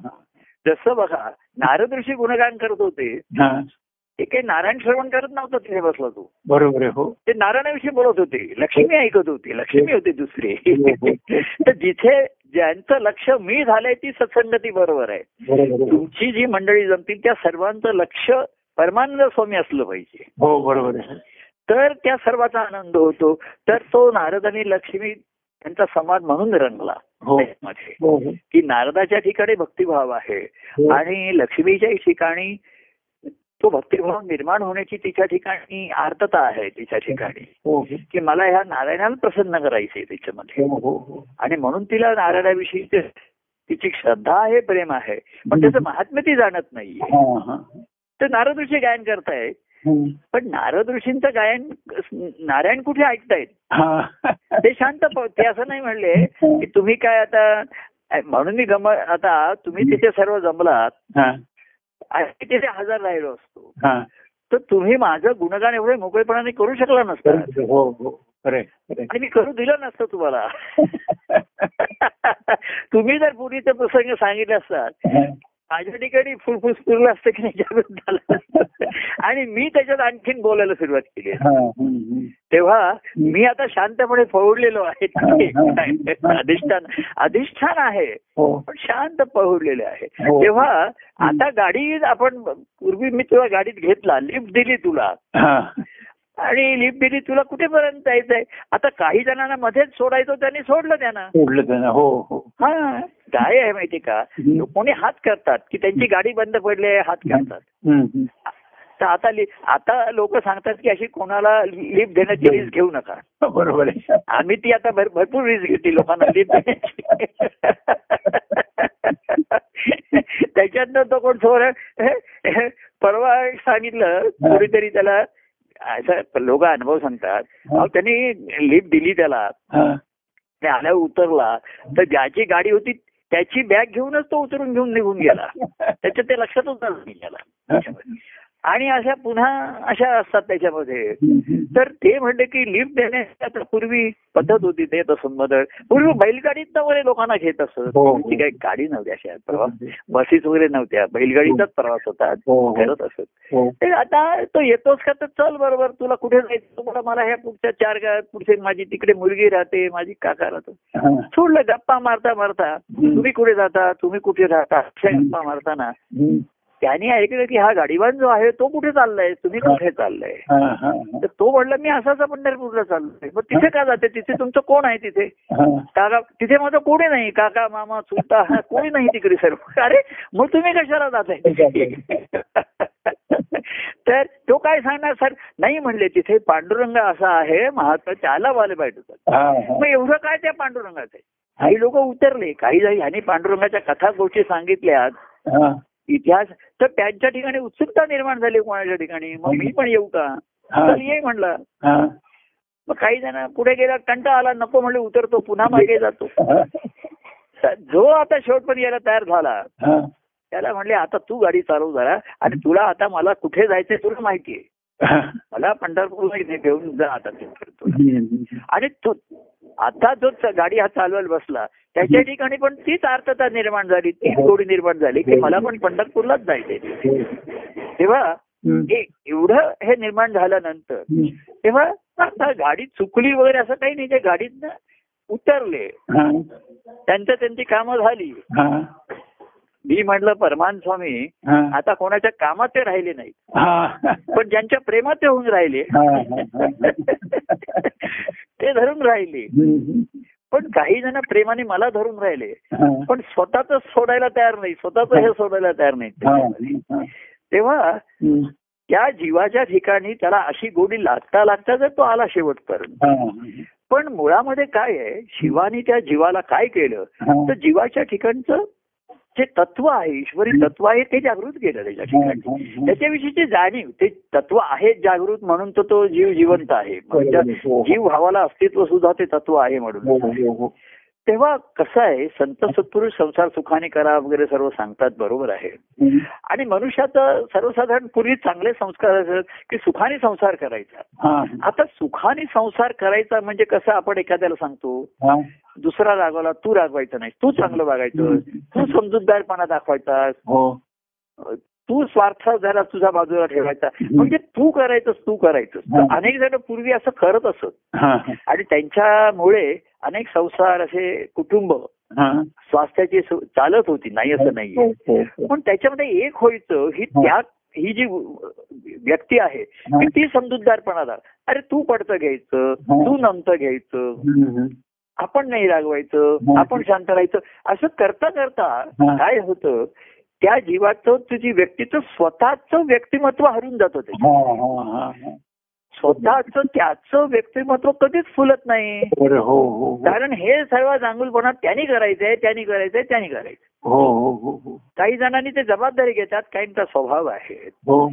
जसं बघा नारद ऋषी गुणगान करत होते हा. ते काही नारायण श्रवण करत नव्हता तिथे बसला तो बरोबर आहे हो ते नारायणाविषयी बोलत होते लक्ष्मी ऐकत होती लक्ष्मी होती दुसरी (laughs) हो. तर जिथे ज्यांचं लक्ष मी झालंय ती सत्संगती बरोबर आहे बरोबर आहे. तुमची जी मंडळी जमतील त्या सर्वांचं लक्ष परमानंद स्वामी असलं पाहिजे हो बरोबर आहे तर त्या सर्वाचा आनंद होतो तर तो नारद आणि लक्ष्मी त्यांचा समाज म्हणून रंगला हो त्याच्यामध्ये. हो हो. की नारदाच्या ठिकाणी भक्तिभाव आहे हो. आणि लक्ष्मीच्या ठिकाणी तो भक्तिभाव निर्माण होण्याची तिच्या ठिकाणी आर्तता आहे तिच्या ठिकाणी हो की मला ह्या नारायणाला प्रसन्न करायचंय त्याच्यामध्ये हो हो हो आणि म्हणून तिला नारायणाविषयी ते- तिची श्रद्धा आहे प्रेम आहे पण त्याचं महात्म्य ती जाणत नाहीये हा, हा. तर नारद ऋषी गायन करताय हम्म. पण नारद ऋषींचं गायन नारायण कुठे ऐकतायत हा. ते शांत प- ते असं नाही म्हणले की तुम्ही काय आता म्हणून मी गम आता तुम्ही तिथे सर्व जमलात हा, आणि मी तिथे हजर राहिलो असतो हा. तर तुम्ही माझं गुणगान एवढे मोकळेपणाने करू शकला नसता बरोबर आहे. हो हो खरे खरे आणि मी करू दिलं नसतं तुम्हाला (laughs) तुम्ही जर पूर्वीचे प्रसंग सांगितले असतात माझ्या ठिकाणी फुलफुस फिरलं असतं की नाही जागृत झालं नसतं. आणि मी त्याच्यात आणखीन बोलायला सुरुवात केली आहे. तेव्हा मी आता शांतपणे फवडलेलो आहे (laughs) अधिष्ठान अधिष्ठान आहे हो पण शांत पहुडलेले आहे हो. तेव्हा आता गाडी आपण पूर्वी मी तुला गाडीत घेतला लिफ्ट दिली तुला हा. आणि लिफ्ट दिली तुला कुठेपर्यंत जायचंय आता काही जणांना मध्येच सोडायचं त्यांनी सोडलं त्यांना सोडलं त्यांना हो हो हा काय आहे माहिती का हम्म. कोणी हात करतात की त्यांची गाडी बंद पडली आहे हात करतात हम्म, हम्म. तर आता लि- आता लोक सांगतात की अशी कोणाला लिफ्ट देण्याची रिस्क घेऊ नका बरोबर आहे आम्ही ती आता भर- भरपूर रिस्क घेतली लोकांना लिफ्ट देण्याची त्याच्यातनं तो कोण थोडं परवा सांगितलं कोणीतरी त्याला असं लोक अनुभव सांगतात अहो, त्यांनी लिफ्ट दिली त्याला हा. ते आल्यावर उतरला तर ज्याची गाडी होती त्याची बॅग घेऊनच तो उतरून घेऊन निघून गेला त्याच्या ते लक्षातच नाही गेला त्याच्यामध्ये आणि अशा पुन्हा अशा असतात त्याच्यामध्ये तर ते म्हणले की लिफ्ट देण्याची आता पूर्वी पद्धत होती ते संबंध पूर्वी बैलगाडीत वगैरे लोकांना घेत असत हो, हो. ती काही गाडी नव्हती अशा प्रवास बसेस वगैरे नव्हत्या बैलगाडीचाच प्रवास होता हो, हो. करत असत ते आता तो येतोस का तर चल बरोबर तुला कुठे जायचं तुम्हाला मला ह्या पुढच्या चार गावात पुढचे माझी तिकडे मुलगी राहते माझी काका राहतो सोडलं गप्पा मारता मारता हम्म. तुम्ही कुठे जाता तुम्ही कुठे राहता अशा हम्म. गप्पा मारताना त्याने ऐकलं की हा गाडीवान जो आहे तो कुठे चाललाय तुम्ही कुठे चाललाय तर म्हणजे तो म्हणला मी असाच पंढरपूरला चाललोय मग तिथे का जाते तिथे तुमचं कोण आहे तिथे काका तिथे माझं कोणी नाही काका मामा चुलता हा कोणी नाही तिकडे सर्व (laughs) अरे मग तुम्ही कशाला जाताय (laughs) तर तो काय सांगणार सर नाही म्हणले तिथे पांडुरंग असा आहे महात्मा त्याला वाले पाहिजे मग एवढं काय त्या पांडुरंगाचं आहे? काही लोक उतरले काही जण ह्यांनी पांडुरंगाच्या कथा गोष्टी सांगितल्या इतिहास तर त्यांच्या ठिकाणी उत्सुकता निर्माण झाली कोणाच्या ठिकाणी मग मी पण येऊ का तर ये म्हणलं मग काही जण पुढे गेला कंटा आला नको म्हणले उतरतो पुन्हा मागे जातो तर जो आता शेवटपर्यंत यायला तयार झाला त्याला म्हणले आता तू गाडी चालव जरा आणि तुला आता मला कुठे जायचंय तुला माहितीये मला पंढरपूरला इथे घेऊन जा आता तू. आणि तो आता जो च- गाडी हा चालवायला बसला त्याच्या ठिकाणी पण तीच अर्थता निर्माण झाली तीच गोडी निर्माण झाली की मला पण पंढरपूरलाच जायचंय तेव्हा हे एवढं हे निर्माण झाल्यानंतर तेव्हा आता गाडी चुकली वगैरे असं काही नाही ते गाडीतनं उतरले त्यांचं त्यांची कामं झाली मी म्हटलं परमान स्वामी आता कोणाच्या कामात ते राहिले नाहीत पण ज्यांच्या प्रेमात ते होऊन राहिले (laughs) ते धरून राहिले पण काही जण प्रेमाने मला धरून राहिले पण स्वतःच सोडायला तयार नाही स्वतःच हे सोडायला तयार नाही तेव्हा त्या जीवाच्या ठिकाणी त्याला अशी गोडी लागता लागता जर तो आला शेवटपर्यंत पण मुळामध्ये काय आहे शिवानी त्या जीवाला काय केलं तर जीवाच्या ठिकाणचं जे तत्व आहे ईश्वरी तत्व आहे ते जागृत केलं त्याच्या ठिकाणी त्याच्याविषयीची जाणीव ते तत्व आहे जागृत म्हणून तर तो जीव जिवंत आहे म्हणजे जीव भावाला अस्तित्व सुद्धा ते तत्व आहे म्हणून तेव्हा कसं आहे संत सत्पुरुष संसार सुखाने करा वगैरे सर्व सांगतात बरोबर आहे आणि मनुष्याचं सर्वसाधारण पूर्वी चांगले संस्कार असतात की सुखाने संसार करायचा आता सुखाने संसार करायचा म्हणजे कसं आपण एखाद्याला सांगतो दुसरा रागवला तू रागवायचं नाही तू चांगलं वागायचं तू समजूतदारपणा दाखवायचा तू स्वार्थ जरा तुझा बाजूला ठेवायचा म्हणजे तू करायचंस तू करायचंस तर अनेक जण पूर्वी असं करत असत आणि त्यांच्यामुळे अनेक संसार असे कुटुंब स्वास्थ्याची सु- चालत होती नाही असं नाहीये पण त्याच्यामध्ये एक व्हायचं ही त्या ही जी व्यक्ती आहे की ती समजूतदारपणा दाख- अरे तू पडतं घ्यायचं तू नमतं घ्यायचं आपण नाही रागवायचं आपण शांत राहायचं असं करता करता काय होतं त्या जीवाचं तुझी व्यक्तीचं स्वतःचं व्यक्तिमत्व हरून जात होते स्वतःचं त्याचं व्यक्तिमत्व कधीच फुलत नाही हो हो कारण हे सर्व जांगुलपणा त्यांनी करायचंय त्यांनी करायचंय त्यांनी करायचं हो हो हो काही जणांनी ते जबाबदारी घेतात काहींचा स्वभाव आहे हो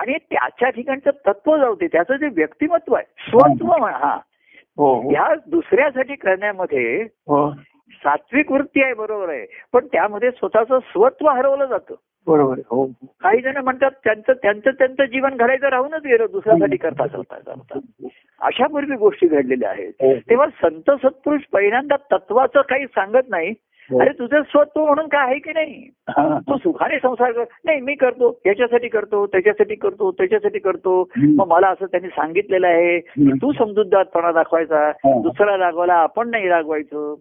आणि त्याच्या ठिकाणचं तत्व जाऊ दे त्याचं जे व्यक्तिमत्व आहे स्वत्व म्हणा हा हो ह्या दुसऱ्यासाठी करण्यामध्ये हो सात्विक वृत्ती आहे बरोबर आहे पण त्यामध्ये स्वतःचं स्वत्व हरवलं जातं बरोबर हो काही जण म्हणतात त्यांचं त्यांचं त्यांचं जीवन घडायचं राहूनच गेलं दुसऱ्यासाठी करता करता करता अशा पूर्वी गोष्टी घडलेल्या आहेत तेव्हा संत सत्पुरुष पहिल्यांदा तत्वाचं काही सांगत नाही हो. अरे तुझं स्वत्व म्हणून काय आहे की नाही तू सुखाने संसार कर नाही मी करतो याच्यासाठी करतो त्याच्यासाठी करतो त्याच्यासाठी करतो मग मला असं त्यांनी सांगितलेलं आहे की तू समजूतदारपणा दाखवायचा हो. दुसरा रागवायला आपण नाही रागवायचं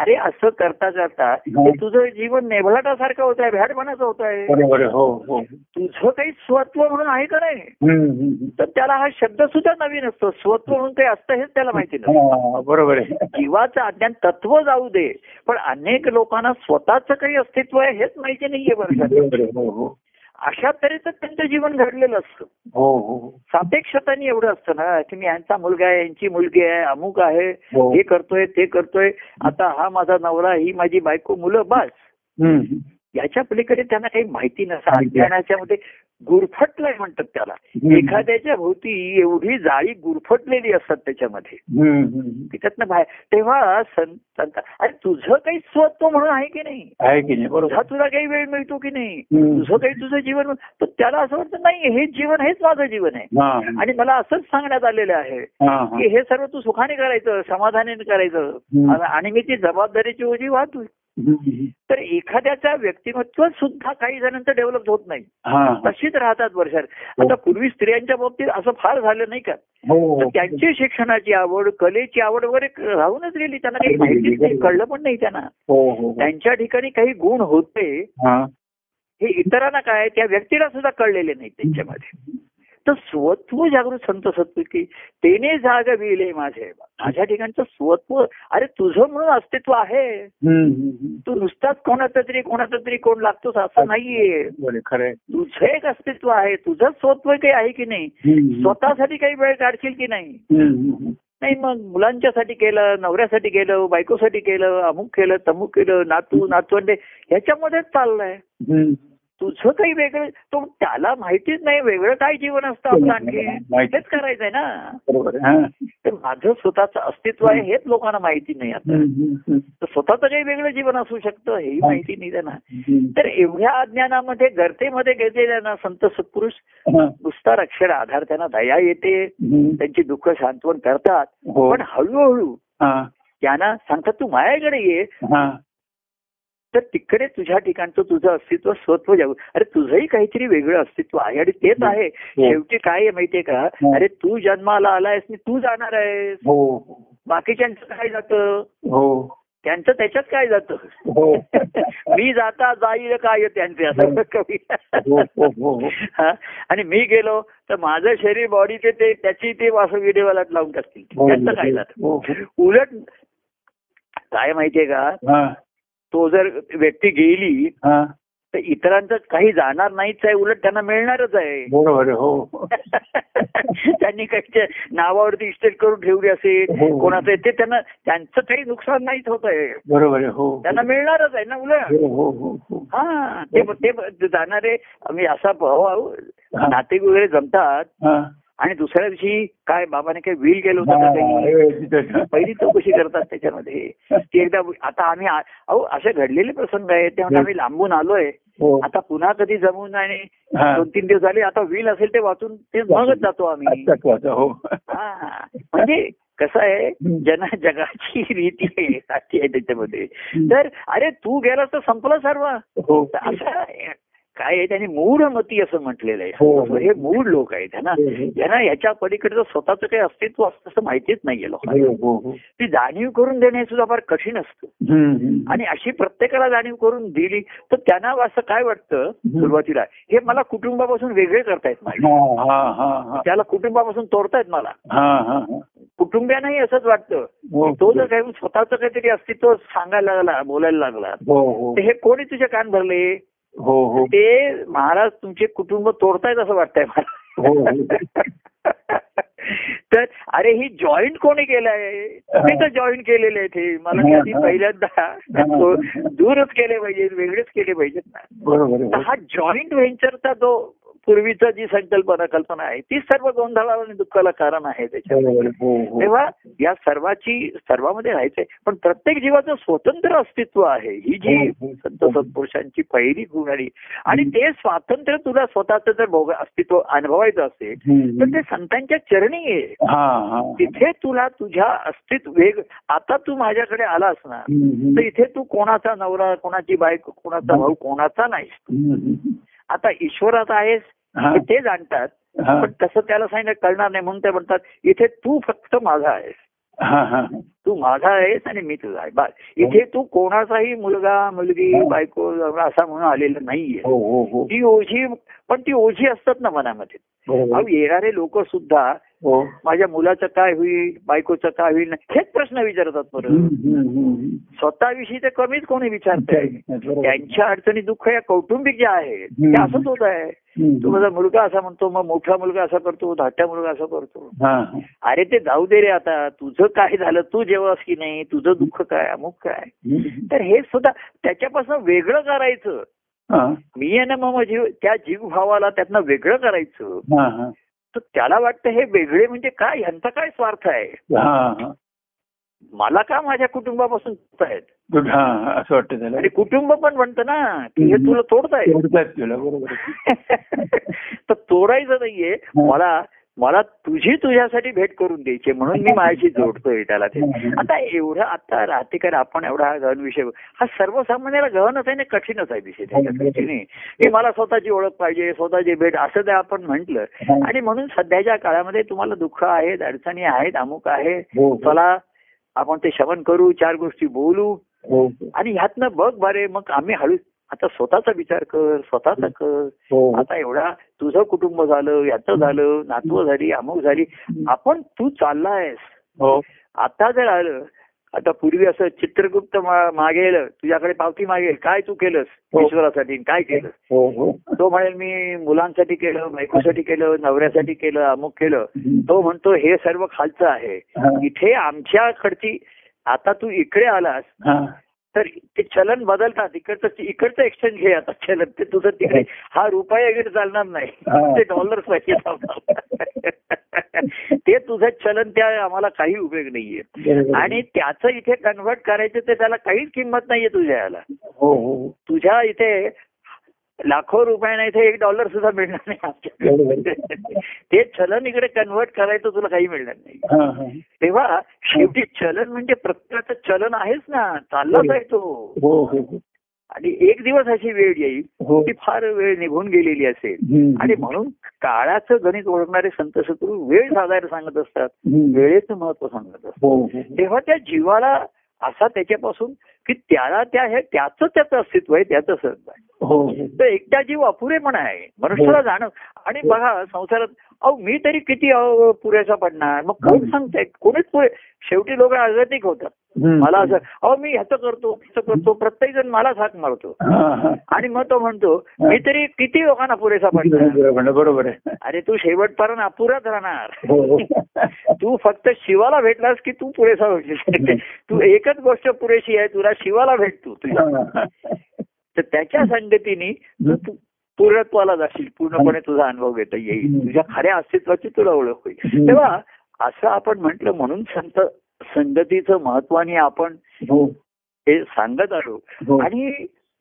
अरे असं करता करता ते तुझं जीवन नेभलाटासारखं होत आहे भ्याडपणाचं होत आहे बरोबर हो हो तुझं काही स्वत्व म्हणून आहे का नाही तर त्याला हा शब्द सुद्धा नवीन असतो स्वत्व म्हणून काही असतं हेच त्याला माहिती नसतं बरोबर आहे जीवाचं अज्ञान तत्व जाऊ दे पण अनेक लोकांना स्वतःचं काही अस्तित्व आहे हेच माहिती नाहीये वर्षात बरोबर आहे. हो हो अशा तऱ्हेचं त्यांचं जीवन घडलेलं असतं हो हो सापेक्षताने एवढं असतं ना की मी यांचा मुलगा आहे यांची मुलगी आहे अमुक आहे हो. हे करतोय ते करतोय आता हा माझा नवरा ही माझी बायको मुलं बस हम्म. याच्या पलीकडे त्यांना काही माहिती नसतं अज्ञानाच्या मध्ये गुरफटलाय म्हणतात त्याला एखाद्याच्या भोवती एवढी जाळी गुरफटलेली असतात त्याच्यामध्ये हम्म, हम्म. की त्यातनं बाहेर तेव्हा संत अरे तुझं काही स्वत्व म्हणून आहे की नाही आहे की नाही बरोबर तुझा तुला काही वेळ मिळतो की नाही हम्म. तुझं काही तुझं जीवन तर त्याला असं वाटतं नाही हे जीवन हेच माझं जीवन आहे हा आणि मला असंच सांगण्यात आलेलं आहे हा, हा. की हे सर्व तू सुखाने करायचं समाधानाने करायचं हम्म. आणि- आणि मी ती जबाबदारीची ओझी वाहतोय हम्म. तर एखाद्याचा व्यक्तिमत्व सुद्धा काही जणांचं डेव्हलप होत नाही हा हा. तशीच राहतात वर्षात आता पूर्वी स्त्रियांच्या बाबतीत असं फार झालं नाही का हो तर हो. त्यांची शिक्षणाची आवड कलेची आवड वगैरे क- राहूनच गेली त्यांना काही माहितीच नाही कळलं पण नाही त्यांना हो हो हो. त्यांच्या ठिकाणी काही गुण होते हा हे इतरांना काय त्या व्यक्तीला सुद्धा कळलेले नाही त्यांच्यामध्ये तर स्वत्व जागृत संत सत्व की तेने जागविले माझे माझ्या ठिकाणचं स्वत्व अरे तुझं म्हणून अस्तित्व आहे हम्म, हम्म, तू नुसताच कोणाचा तरी कोणाचा तरी कोण लागतोस असं नाहीये हम्म. बरं खरंय तुझं एक अस्तित्व आहे तुझं स्वत्व काही आहे की नाही हम्म, हम्म. स्वतःसाठी काही वेळ काढशील की नाही हम्म, हम्म. नाही मग मुलांच्यासाठी केलं नवऱ्यासाठी केलं बायकोसाठी केलं अमुक केलं तमुक केलं नातू नातवंडे ह्याच्यामध्येच चाललंय हम्म. तुझं काही वेगळं तो त्याला माहितीच नाही वेगळं काय जीवन असतं आपलं आणखी तेच करायचंय ना बरोबर हा तर माझं स्वतःचं अस्तित्व आहे हेच लोकांना माहिती नाही आता हम्म, हम्म, हम्म. तर स्वतःचं काही वेगळं जीवन असू शकतं हेही माहिती नाही त्यांना हम्म. तर एवढ्या अज्ञानामध्ये गर्तेमध्ये गेलेल्या ना संत सत्पुरुष हा. नुसतार अक्षर आधार त्यांना दया येते हम्म. त्यांची दुःख सांत्वन करतात हो पण हळूहळू हा त्यांना सांगतात तू माझ्याकडे ये हा हो. तर तिकडे तुझ्या ठिकाणचं तुझं अस्तित्व स्वत्व जाऊ अरे तुझंही काहीतरी वेगळं अस्तित्व आहे आणि तेच आहे शेवटी काय आहे माहितीये का हो. अरे तू जन्माला आलायस आणि तू जाणार आहेस हो बाकीच्यांचं काय जातं हो त्यांचं त्याच्यात काय जातं (laughs) हो मी जाता जाईल काय त्यांचे असं (laughs) हो. कवी हो, हो, हो, हो. हा. आणि मी गेलो तर माझं शरीर बॉडी ते ते- त्याची ते असं विडेवालात लावून टाकतील हो, त्यांचं काय जातं हो, हो. उलट काय माहितीये का हा, तो जर व्यक्ती गेली हा. तर इतरांचं काही जाणार नाहीच आहे उलट त्यांना मिळणारच आहे (laughs) बरोबर आहे, हो त्यांनी काही ते नावावरती इस्टेट करून ठेवली असेल हो. कोणाचं ते त्यांना त्यांचं काही नुकसान नाहीच होत आहे बरोबर आहे, हो त्यांना मिळणारच आहे ना उलट हो हो हो, हो. हा ते ते जाणारे आम्ही असा भाऊ हा. नाते वगैरे जमतात हा. आणि दुसऱ्या दिवशी काय बाबाने काही व्हील गेलो होतं हा, का काही हे तिथं. पहिली चौकशी करतात त्याच्यामध्ये ती एकदा आता आम्ही आ- अहो असे घडलेले प्रसंग आहेत त्यामुळे आम्ही लांबून आलोय हो. आता पुन्हा कधी जमून आणि हा. दोन तीन दिवस झाले आता व्हील असेल ते वाचून ते मगच जातो आम्ही अच्छा, अच्छा, हो हा. म्हणजे कसं आहे हम्म. जना जगाची रीती आहे साची आहे त्याच्यामध्ये तर अरे तू गेलास तर संपलं सर्व हो तर असं काय आहे त्याने मूढ मती असं म्हटलेलं हो, हो. आहे हे मूळ लोक आहेत है ना हो, हो. यांना याच्या पलीकडचं स्वतःचं काही अस्तित्व असतं असं माहितीच नाहीये लोकांना हो, हो, हो. ती जाणीव करून देणे हे सुद्धा फार कठीण असतं हम्म, हम्म. आणि अशी प्रत्येकाला जाणीव करून दिली तर त्यांना असं काय वाटतं सुरुवातीला हे मला कुटुंबापासून वेगळे करतायत मला हा, हा, हा, हा. त्याला कुटुंबापासून तोडतायत मला हा, हा, हा. कुटुंबियांनाही असंच वाटतं हो. की तो जर काही स्वतःचं काहीतरी अस्तित्व सांगायला लागला बोलायला लागला हो, हो. तर हे कोणी तुझे कान भरले हो, हो. ते महाराज तुमचे कुटुंब तोडतायत असं वाटतंय हो, हो. मला तर अरे ही जॉईंट कोणी केलंय तुम्ही तर जॉईंट केलेले आहेत हे मला ते आधी पहिल्यांदा तो दूरच केले पाहिजेत वेगळेच केले पाहिजेत ना बरोबर तर आहे, हा जॉईंट व्हेंचरचा जो पूर्वीचा जी संकल्पना कल्पना आहे ती सर्व गोंधळाला आणि दुःखाला कारण आहे हो. त्याच्यात बरोबर आहे, हो, हो. तेव्हा या सर्वाची सर्वामध्ये राहायचंय पण प्रत्येक जीवाचं स्वतंत्र अस्तित्व आहे ही जी हो, हो. संत सत्पुरुषांची पहिली गुणारी आणि ते स्वातंत्र्य तुला स्वतःचं जर भोग अस्तित्व अनुभवायचं असेल हम्म, तर हम्म. ते संतांच्या चरणी आहे हा, हा. तिथे तुला तुझ्या अस्तित्व वेग आता तू माझ्याकडे आलास ना हम्म, तर हम्म. इथे तू कोणाचा नवरा कोणाची बायको कोणाचा भाऊ कोणाचा नाहीस हम्म, हम्म. आता ईश्वरात आहेस हा, हे ते जाणतात हा, पण तसं त्याला सांगितलं कळणार नाही म्हणून ते म्हणतात इथे तू फक्त माझा आहेस हा, हा. तू माझा आहेस आणि मी तुझा आहे बस इथे तू कोणाचाही मुलगा मुलगी हो. बायको नवरा असा म्हणून आलेला नाहीये हो, हो, हो. ती ओझी पण ती ओझी असतात ना मनामध्ये बरोबर अहो आहे. येणारे लोक सुद्धा हो. माझ्या मुलाचं काय होईल बायकोचं काय होईल हेच प्रश्न विचारतात हम्म, परत हम्म, हम्म. स्वतःविषयी ते कमीच कोणी विचारतंय बरोबर आहे. त्यांच्या अडचणी दुःख या कौटुंबिक ज्या आहेत हम्म. त्या असंच होत आहे हम्म. तो माझा मुलगा असा म्हणतो मग मोठा मुलगा असा करतो धाट्या मुलगा असा करतो हा, हा. अरे ते जाऊ दे रे आता तुझं काय झालं तू जेवास की नाही तुझं दुःख काय अमुक काय हम्म. तर हे सुद्धा त्याच्यापासून वेगळं करायचं हा मी आहे ना मग जीव त्या जीव भावाला त्यांना वेगळं करायचं हा हा तर त्याला वाटतं हे वेगळे म्हणजे काय ह्यांचा काय स्वार्थ आहे हा हा मला का माझ्या कुटुंबापासून आहेत तुझं- हा, हा, असं वाटतं त्याला आणि कुटुंब पण म्हणतं ना की हे तुला तोडताय ओरडतात तुला बरोबर आहे. (laughs) तर तोडायचं नाहीये मला मला तुझी तुझ्यासाठी भेट करून द्यायची आहे, म्हणून मी माझ्याशी जोडतोय त्याला ते आता एवढं आता राहतेकर आपण एवढा हा गहन विषय हा सर्वसामान्याला गहनच आहे ना कठीणच आहे विषय त्याच्यासाठी नाही की मला स्वतःची ओळख पाहिजे स्वतःची भेट असं ते आपण म्हंटल हा. आणि म्हणून सध्याच्या काळामध्ये तुम्हाला दुःख आहेत अडचणी आहेत अमुक आहे हो, हो. चला आपण ते शमन करू चार गोष्टी बोलू हो, हो. आणि ह्यातनं बघ बरे मग आम्ही हळू आता स्वतःचा विचार कर स्वतःचा कर हो, हो. आता एवढा तुझं कुटुंब झालं याचं झालं नातू झाली अमुक झाली आपण तू चालला आहेस हो. आता जर आलं आता पूर्वी असं चित्रगुप्त मा- मागेल तुझ्याकडे पावती मागेल काय तू केलंस हो. ईश्वरासाठी काय केलं हो, हो. तो म्हणेल मी मुलांसाठी केलं बायकोसाठी केलं नवऱ्यासाठी केलं अमुक केलं हम्म. तो म्हणतो हे सर्व खालचं आहे हा, इथे आमच्याकडची आता तू इकडे आलास हा. तर ते चलन बदलतात इकडचं इकडचं एक्सचेंज घे आता चलन ते तुझं तिकडे हा रुपया इकडे चालणार नाही हा. ते डॉलर पाहिजे आपल्याला. (laughs) ते तुझं चलन त्या आम्हाला काही उपयोग नाहीये बरोबर आहे. आणि त्याचं इथे कन्व्हर्ट करायचं ते त्याला काहीच किंमत नाहीये तुझ्या याला हो, हो. तुझ्या इथे लाखो रुपयांना इथे एक डॉलर सुद्धा मिळणार नाही बरोबर आहे. (laughs) आमच्या ते चलन इकडे कन्व्हर्ट करायचं तुला काही मिळणार नाही हा, हा. तेव्हा शेवटी चलन म्हणजे प्रत्येकाचं चलन आहेच ना चाललाच आहे तो हो, हो, हो. आणि एक दिवस अशी वेळ येईल हो. ती फार वेळ निघून गेलेली असेल हम्म. आणि म्हणून काळाचं गणित ओळखणारे संत सत्रू वेळ साधायला सांगत असतात हम्म. वेळेचं महत्व सांगत असतात हो, हो, हो. तेव्हा त्या जीवाला असा त्याच्यापासून की त्याला त्या हे त्याचं त्याचं अस्तित्व आहे त्याचं सत्व आहे हो, हो. तर एकटा जीव अपुरे पण आहे मनुष्याला जाणव आणि बघा संसारात अहो मी तरी किती अहो, पुरेसा पडणार मग कोण सांगताय कोणीच पुरे शेवटी लोक आघातिक होतात हम्म. मला असं अहो मी ह्याचं करतो त्याचं करतो प्रत्येक जण मलाच हाक मारतो हा, हा. आणि मग तो म्हणतो मी तरी किती लोकांना पुरेसा पडणार बरोबर आहे, बरोबर आहे अरे तू शेवटपर्यंत अपुराच राहणार हो, हो. तू फक्त शिवाला भेटलास की तू पुरेसा होशील तू एकच गोष्ट पुरेशी आहे तुला शिवाला भेटतो तुझ्या हा. तर त्याच्या संगतीने तू पू- पूर्णत्वाला जाशील पूर्णपणे तुझा अनुभव घेता येईल तुझ्या खऱ्या अस्तित्वाची तुला ओळख होईल तेव्हा असं आपण म्हटलं म्हणून संत संगतीचं महत्वाने आपण हो, हे सांगत आलो हो. आणि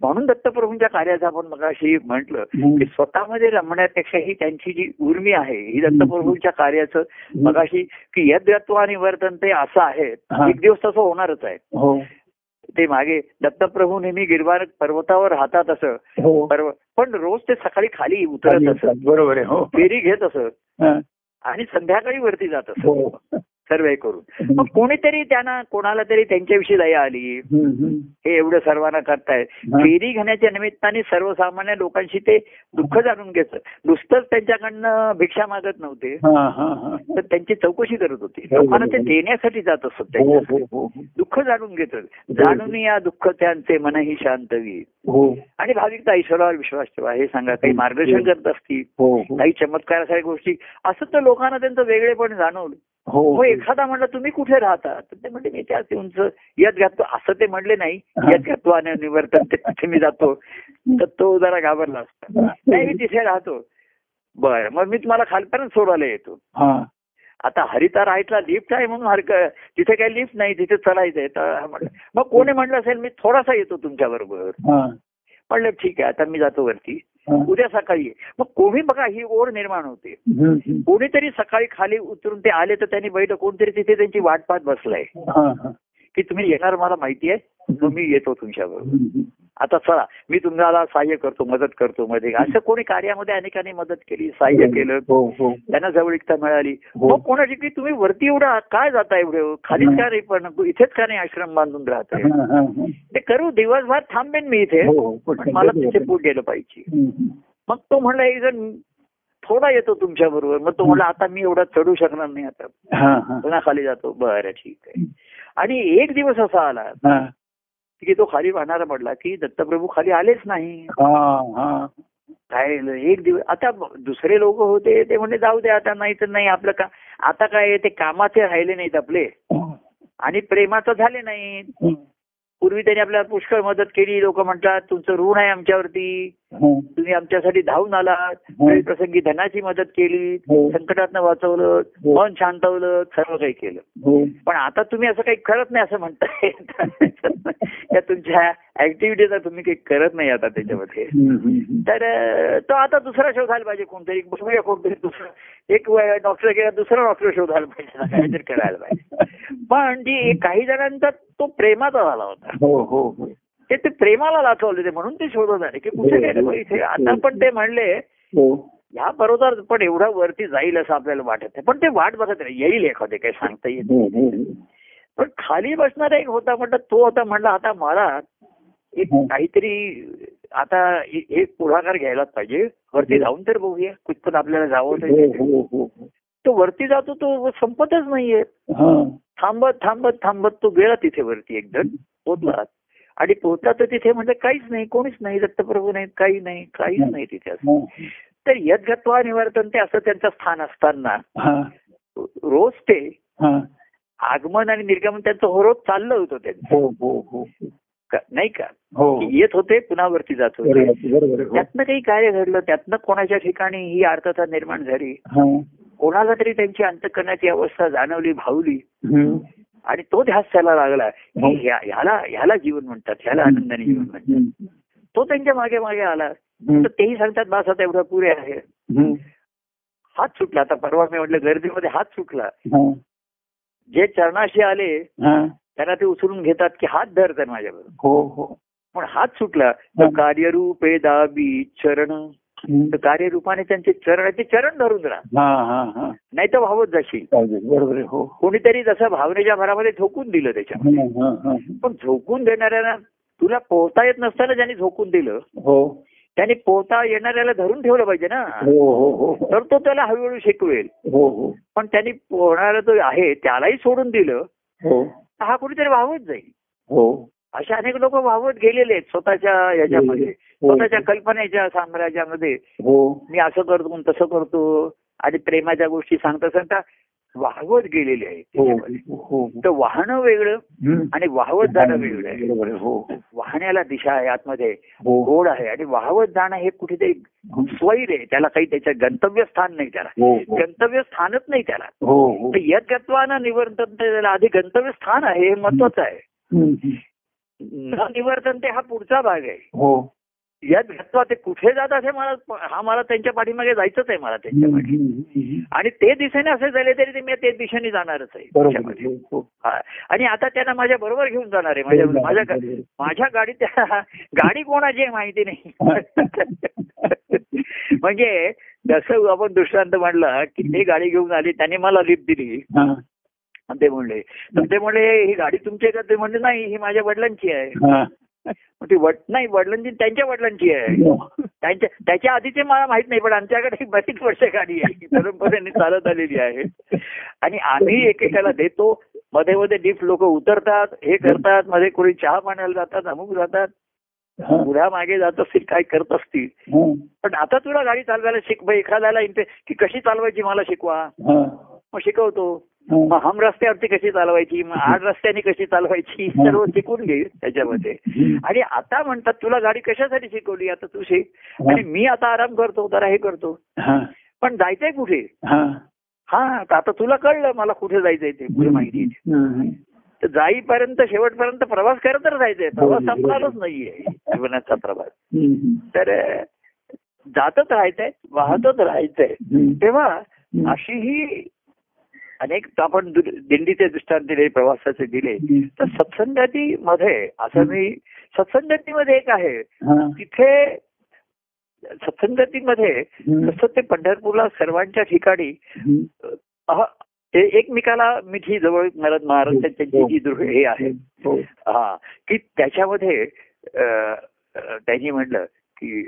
म्हणून दत्तप्रभूंच्या कार्याचं आपण मगाशी म्हटलं हम्म. की स्वतःमध्ये रमण्यापेक्षा ही त्यांची जी उर्मी आहे ही दत्तप्रभूंच्या कार्याचं मगाशी की यद्यत्व आणि वर्तन ते असं आहे हा. एक दिवस तसं होणारच आहे हो, ते ते मागे दत्तप्रभू नेहमी गिरवार पर्वतावर राहतात असं हो. पर्व पण रोज ते सकाळी खाली चालेल, उतरत असत चालेल. बरोबर आहे हो फेरी घेत असत हा. आणि संध्याकाळी वरती जात असत हो सर्वे करून मग कोणीतरी त्यांना कोणाला तरी त्यांच्याविषयी दया आली हम्म, हम्म. हे एवढं सर्वांना करतायत हा. फेरी घेण्याच्या निमित्ताने सर्वसामान्य लोकांशी ते दुःख जाणून घ्यायचं नुसतंच त्यांच्याकडनं भिक्षा मागत नव्हते हा, हा, हा. तर त्यांची चौकशी करत होती हो, लोकांना ते हो. देण्यासाठी जात असत ते हो, हो, हो, हो. दुःख जाणून घेतात जाणून या दुःख त्यांचे मनही शांतवी हो, आणि भाविकता ईश्वरावर विश्वास ठेवा हे सांगा काही मार्गदर्शन करत असतील हो, हो. काही चमत्कारासारख्या गोष्टी असं तर लोकांना त्यांचं वेगळेपण जाणवलं हो, हो एखादा म्हणला तुम्ही कुठे राहता तर ते म्हणले मी त्याच उंच यत घाततो असं ते म्हणले नाही यत घाततो आणि निवर्तन ते तिथे मी जातो तर तो जरा घाबरला असता नाही मी तिथे राहतो बरं मग मी तुम्हाला खालपर्यंत सोडायला येतो हा, आता हरिता राईटला लिफ्ट आहे म्हणून हरक तिथे काही लिफ्ट नाही तिथे चलायचंय तर हा म्हणला. मग कोणी म्हणलं असेल मी थोडासा येतो तुमच्या बरोबर हा, म्हणलं ठीक आहे आता मी जातो वरती हा. उद्या सकाळी ये. मग कोणी बघा ही ओढ निर्माण होते हम्म, हम्म. कोणीतरी सकाळी खाली उतरून ते आले तर त्यांनी बैठक कोणतरी तिथे त्यांची वाट पाहत बसलाय हा, हा. की तुम्ही येणार मला माहिती आहे मग मी येतो तुमच्याबरोबर हम्म, हम्म. आता चला मी तुम्हाला सहाय्य करतो मदत करतो मध्ये असं कोणी कार्यामध्ये अनेकांनी मदत केली सहाय्य केलं हो, हो. त्यांना जवळीकता मिळाली हो. मग कोणाची की तुम्ही वरती एवढा काय जाता एवढं खालीच का नाही पण इथेच का नाही आश्रम बांधून राहताय हा, हा, हा. ते करू दिवसभर थांबेन मी इथे हो, हो. पण मला तिथे पोट गेलं पाहिजे हम्म, हम्म. मग तो म्हणला एक जण थोडा येतो तुमच्या बरोबर मग तो म्हणला आता मी एवढा चढू शकणार नाही आता हा, हा. पुन्हा खाली जातो बरं ठीक आहे आणि एक दिवस असा आला हा, की तो खाली वाहणारा म्हटला की दत्तप्रभू खाली आलेच नाही हा, हा. काय झालं? एक दिवस आता ब- दुसरे लोक होते ते म्हणले जाऊ दे आता नाही तर नाही आपलं का आता काय आहे, ते कामाचे राहिले नाहीत आपले आणि प्रेमाचं झाले नाही हम्म. पूर्वी त्यांनी आपल्याला पुष्कळ मदत केली लोक म्हणतात तुमचं ऋण आहे आमच्यावरती हं, तुम्ही आमच्यासाठी धावून आलात काही प्रसंगी धनाची मदत केली हो. संकटातनं वाचवलं हो. मन शांतवलं सर्व काही केलं हो पण आता तुम्ही असं काही करत नाही असं म्हणताय (laughs) या तुमच्या ऍक्टिव्हिटीज तुम्ही काही करत नाही आता त्याच्यामध्ये हं, हं, हं. तर अं, तो आता दुसरा शोधायला पाहिजे कोणतरी बघूया कोणतरी दुसरं एक डॉक्टर केला दुसरा डॉक्टर शोधायला पाहिजे ना, काहीतरी करायला पाहिजे पण जी काही जणांचा तो प्रेमाचा झाला होता हो हो हो ते ते प्रेमाला लाथवले ते म्हणून ते शोधत आले की कुठे गेले बा इथे आता पण ते म्हणले हो ह्या बरोबर पण एवढा वरती जाईल असं आपल्याला वाटत नाही पण ते वाट बघत राहील. येईल एखादे काही सांगता येईल हो, हो, पण खाली बसणारा एक होता म्हटलं तो होता म्हणला आता मला एक हं. काहीतरी आता ए- एक पुढाकार घ्यायलाच पाहिजे वरती जाऊन तर बघूया कुठपण आपल्याला जावं तर हो, हो, हो, हो. तो वरती जातो तो संपतच नाहीये हं, थांबत थांबत थांबत तो गेला तिथे वरती एक जण पोहोचला आणि पोहोचला तर तिथे म्हणजे काहीच नाही कोणीच नाही दत्तप्रभू नाही काही नाही काहीच नाही तिथे असं हं. तर यदगत्वा निवर्तन ते असं त्यांचं स्थान असताना हं, रोज ते हं. आगमन आणि निर्गमन त्यांचं हो रोज चाललं होतं त्यांचं हो हो हो का- नाही का हो की येत होते पुन्हा वरती जात होते बरोबर बरोबर हो. त्यातनं काही कार्य घडलं त्यातनं कोणाच्या ठिकाणी ही आर्थता निर्माण झाली हं, कोणाला तरी त्यांची अंतकरणाची अवस्था जाणवली भावली हं. आणि तो ध्यास त्याला लागला हो. की ह्या- ह्याला ह्याला जीवन म्हणतात ह्याला आनंदाने जीवन म्हणतात हं, तो त्यांच्या मागे मागे आला हं, तर तेही सांगतात बास आता एवढा पुरे आहे हं, हात सुटला आता परवा मी म्हटलं गर्दीमध्ये हात सुटला हं, जे चरणाशी आले हं. त्यांना ते उचलून घेतात की हात धरतात माझ्याबरोबर हो हो पण हात सुटला तर हं. कार्यरूपे दाबी चरण हं. तर कार्यरूपाने त्यांचे चरणाचे चरण धरून राहा हा हा हा नाही तर व्हावत जाशील चालेल बरोबर आहे, हो कोणीतरी जसं भावनेच्या भरामध्ये झोकून दिलं त्याच्या हं, हं, हं. पण झोकून देणाऱ्याला तुला पोहता येत नसताना ज्याने झोकून दिलं हो त्याने पोहता येणाऱ्याला धरून ठेवलं पाहिजे ना हो हो हो तर तो त्याला हळूहळू शिकवेल हो हो पण त्यांनी पोहणारा जो आहे त्यालाही सोडून दिलं हो तर हा कुणीतरी वाहवत जाईल हो असे अनेक लोक वाहवत गेलेले आहेत स्वतःच्या याच्यामध्ये हो स्वतःच्या कल्पनेच्या साम्राज्यामध्ये हो मी असं करतो मी तसं करतो आणि प्रेमाच्या गोष्टी सांगता सांगता वाहवत गेलेले आहेत हो त्याच्यामध्ये. हो तर वाहणं वेगळं हं. आणि वाहवत जाणं वेगळं आहे बरोबर आहे, हो वाहण्याला दिशा आहे आतमध्ये हो हो गोड आहे आणि वाहवत जाणं हे कुठेतरी स्वैर आहे त्याला काही त्याच्या गंतव्य स्थान नाही त्याला हो हो गंतव्य स्थानच नाही त्याला हो हो तर यज्ञत्वानं निवर्तन ते त्याला आधी गंतव्य स्थान आहे हे महत्वाचं आहे हं, हं. न निवर्तन ते हा पुढचा भाग आहे हो यद घत्वा ते कुठे जातात हे मला हा मला त्यांच्या पाठीमागे जायचंच आहे मला त्यांच्या हं, पाठी हं, हं, हं. आणि ते दिशेने असे झाले तरी ते मी ते दिशेने जाणारच आहे बरोबर त्याच्यामध्ये. आहे, हो, हो. हा. आणि आता त्यांना माझ्या बरोबर घेऊन जाणार आहे माझ्या माझ्या गा- (laughs) माझ्या गाडीत (laughs) गाडी कोणाची आहे माहिती नाही (laughs) म्हणजे जसं आपण दृष्टांत म्हणला की ते गाडी घेऊन आली त्याने मला लिफ्ट दिली हा, आणि ते म्हणले तर ते म्हणले ही गाडी तुमची आहे का ते म्हणले नाही ही माझ्या वडिलांची आहे हा. मग ती वड नाही वडिलांची त्यांच्या वडिलांची आहे त्यांच्या त्याच्या आधीचे मला माहित नाही पण आमच्याकडे ही बरीच वर्ष गाडी आहे परंपरेने चालत आलेली आहे आणि आम्ही एकेकाला देतो मध्ये मध्ये लिफ्ट लोक उतरतात हे करतात मध्ये कोणी चहा पाण्याला जातात अमुक जातात हा, पुढ्या मागे जात असतील काय करत असतील हा, पण आता तुला गाडी चालवायला शिक बाई, एखाद्याला इंटे की कशी चालवायची मला शिकवा हा, मग शिकवतो हा. मग हम रस्त्यावरती कशी चालवायची मग आड रस्त्याने कशी चालवायची सर्व शिकून घेईल त्याच्यामध्ये आणि आता म्हणतात तुला गाडी कशासाठी शिकवली आता तू शिक आणि मी आता आराम करतो जरा हे करतो हा, पण जायचंय कुठे हा. हा तर आता तुला कळलं मला कुठे जायचंय ते पुढे माहिती आहे. हं, तर जाईपर्यंत शेवटपर्यंत प्रवास करत तर जायचंय प्रवास हो, हो, हो. संपणारच नाहीये जीवनाचा प्रवास हं, हं. तर अं, जातच राहायचंय वाहतच राहायचंय हं, तेव्हा हं. अशी ही अनेक आपण दु- दिंडीचे दृष्टांत दिले प्रवासाचे दिले तर सत्संगती मध्ये असं मी सत्संगतीमध्ये एक आहे हा, तिथे सत्संगतीमध्ये हं, जसं ते पंढरपूरला सर्वांच्या ठिकाणी हं. अह, ते एकमेकाला मिठी जवळ नरद महाराज त्यांची जी दृ हे आहे हो. हा की त्याच्यामध्ये अह, अह, त्यांनी म्हटलं की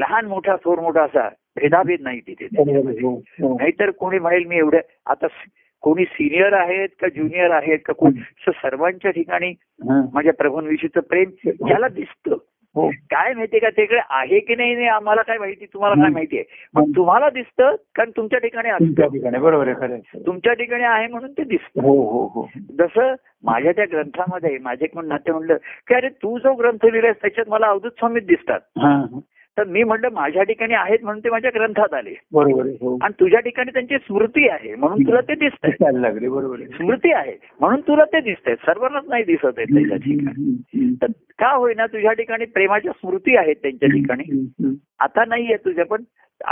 लहान मोठा थोर मोठा असा भेदाभेद नाही तिथे बरोबर आहे, हो, हो. नाहीतर कोणी म्हणेल मी एवढ्या आता स- कोणी सिनियर आहेत का ज्युनियर आहेत का कोण असं सर्वांच्या ठिकाणी हा. म्हणजे माझ्या प्रभूंविषयीचं प्रेम ज्याला दिसतं हो काय माहितीये का तिकडे आहे की नाही हे आम्हाला काय माहिती तुम्हाला काय माहितीये पण तुम्हाला दिसतं कारण तुमच्या ठिकाणी तुमच्या असतं ठिकाणी बरोबर आहे खरं आहे. तुमच्या ठिकाणी आहे म्हणून ते दिसतं हो हो हो जसं माझ्या त्या ग्रंथामध्ये माझे एक नाते म्हणलं की अरे तू जो ग्रंथ लिहिलास त्याच्यात मला अवधूत स्वामीच दिसतात हा हा. तर मी म्हणलं माझ्या ठिकाणी आहेत म्हणून ते माझ्या ग्रंथात आले बरोबर आहे हो आणि तुझ्या ठिकाणी त्यांची स्मृती आहे म्हणून तुला ते दिसतंय दिसायला लागले बरोबर आहे स्मृती आहे म्हणून तुला ते दिसतंय सर्वांनाच नाही दिसत आहे त्याच्या ठिकाणी हम्म, हम्म, तर का होईना तुझ्या ठिकाणी प्रेमाच्या स्मृती आहेत त्यांच्या ठिकाणी हम्म, हम्म, आता नाहीये तुझ्या पण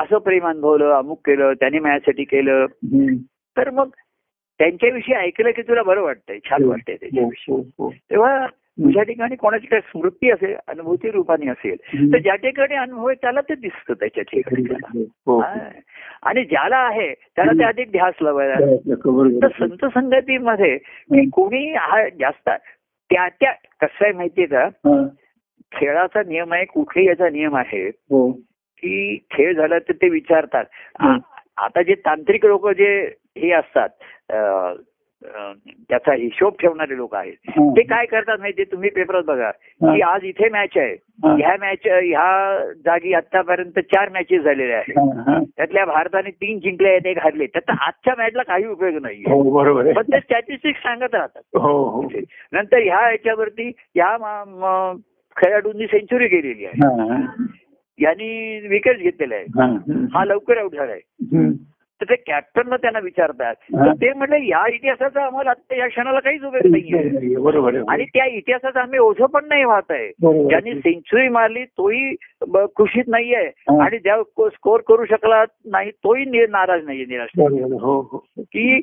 असं प्रेम अनुभवलं अमुक केलं त्याने माझ्यासाठी केलं हम्म. तर मग त्यांच्याविषयी ऐकलं की तुला बरं वाटतंय छान वाटतंय हो, त्याच्याविषयी हो, हो. तेव्हा तुझ्या ठिकाणी कोणाची काय स्मृती असेल अनुभूती रूपाने असेल तर ज्या ठिकाणी अनुभव आहे त्याला ते दिसतं त्याच्या ठिकाणी त्याला. हो, हो. हा. आणि ज्याला आहे त्याला ते अधिक ध्यास लावायला तर बरोबर आहे. संत संगतीमध्ये की कोणी हा जास्त त्या त्या कसं आहे माहितीये का हा, खेळाचा नियम आहे कुठे याचा नियम आहे हो. की खेळ झाला तर ते विचारतात आ- आता जे तांत्रिक लोक जे हे असतात अं, अं, त्याचा हिशोब ठेवणारे लोक आहेत हा. ते काय करतात माहिती तुम्ही पेपरात बघा हा, की आज इथे मॅच आहे हा, ह्या मॅच ह्या जागी आतापर्यंत चार मॅचेस झालेल्या आहेत हा, हा. त्यातल्या भारताने तीन जिंकले आहेत एक हारले त्याचा आजच्या मॅचला काही उपयोग नाही हो बरोबर पण आहे ते स्टॅटिस्टिक्स सांगत राहतात हो हो नंतर ह्या याच्यावरती या म- म- खेळाडूंनी सेंचुरी केलेली आहे हा, हा. यांनी विकेट घेतलेले आहे हा, हा लवकर आउट झालाय हम्म. तर ते कॅप्टन मग त्यांना विचारतात तर ते म्हणले या इतिहासाचा आम्हाला आता या क्षणाला काहीच उपयोग (laughs) नाहीये बरोबर आहे आणि त्या इतिहासाचा आम्ही ओझं पण नाही वाहत आहे बरोबर आहे. ज्यांनी सेंचुरी मारली तोही ब- खुशीत नाहीये हा. आणि ज्या स्कोर करू शकला नाही तोही नि- नाराज नाहीये निराश बरोबर आहे. हो हो की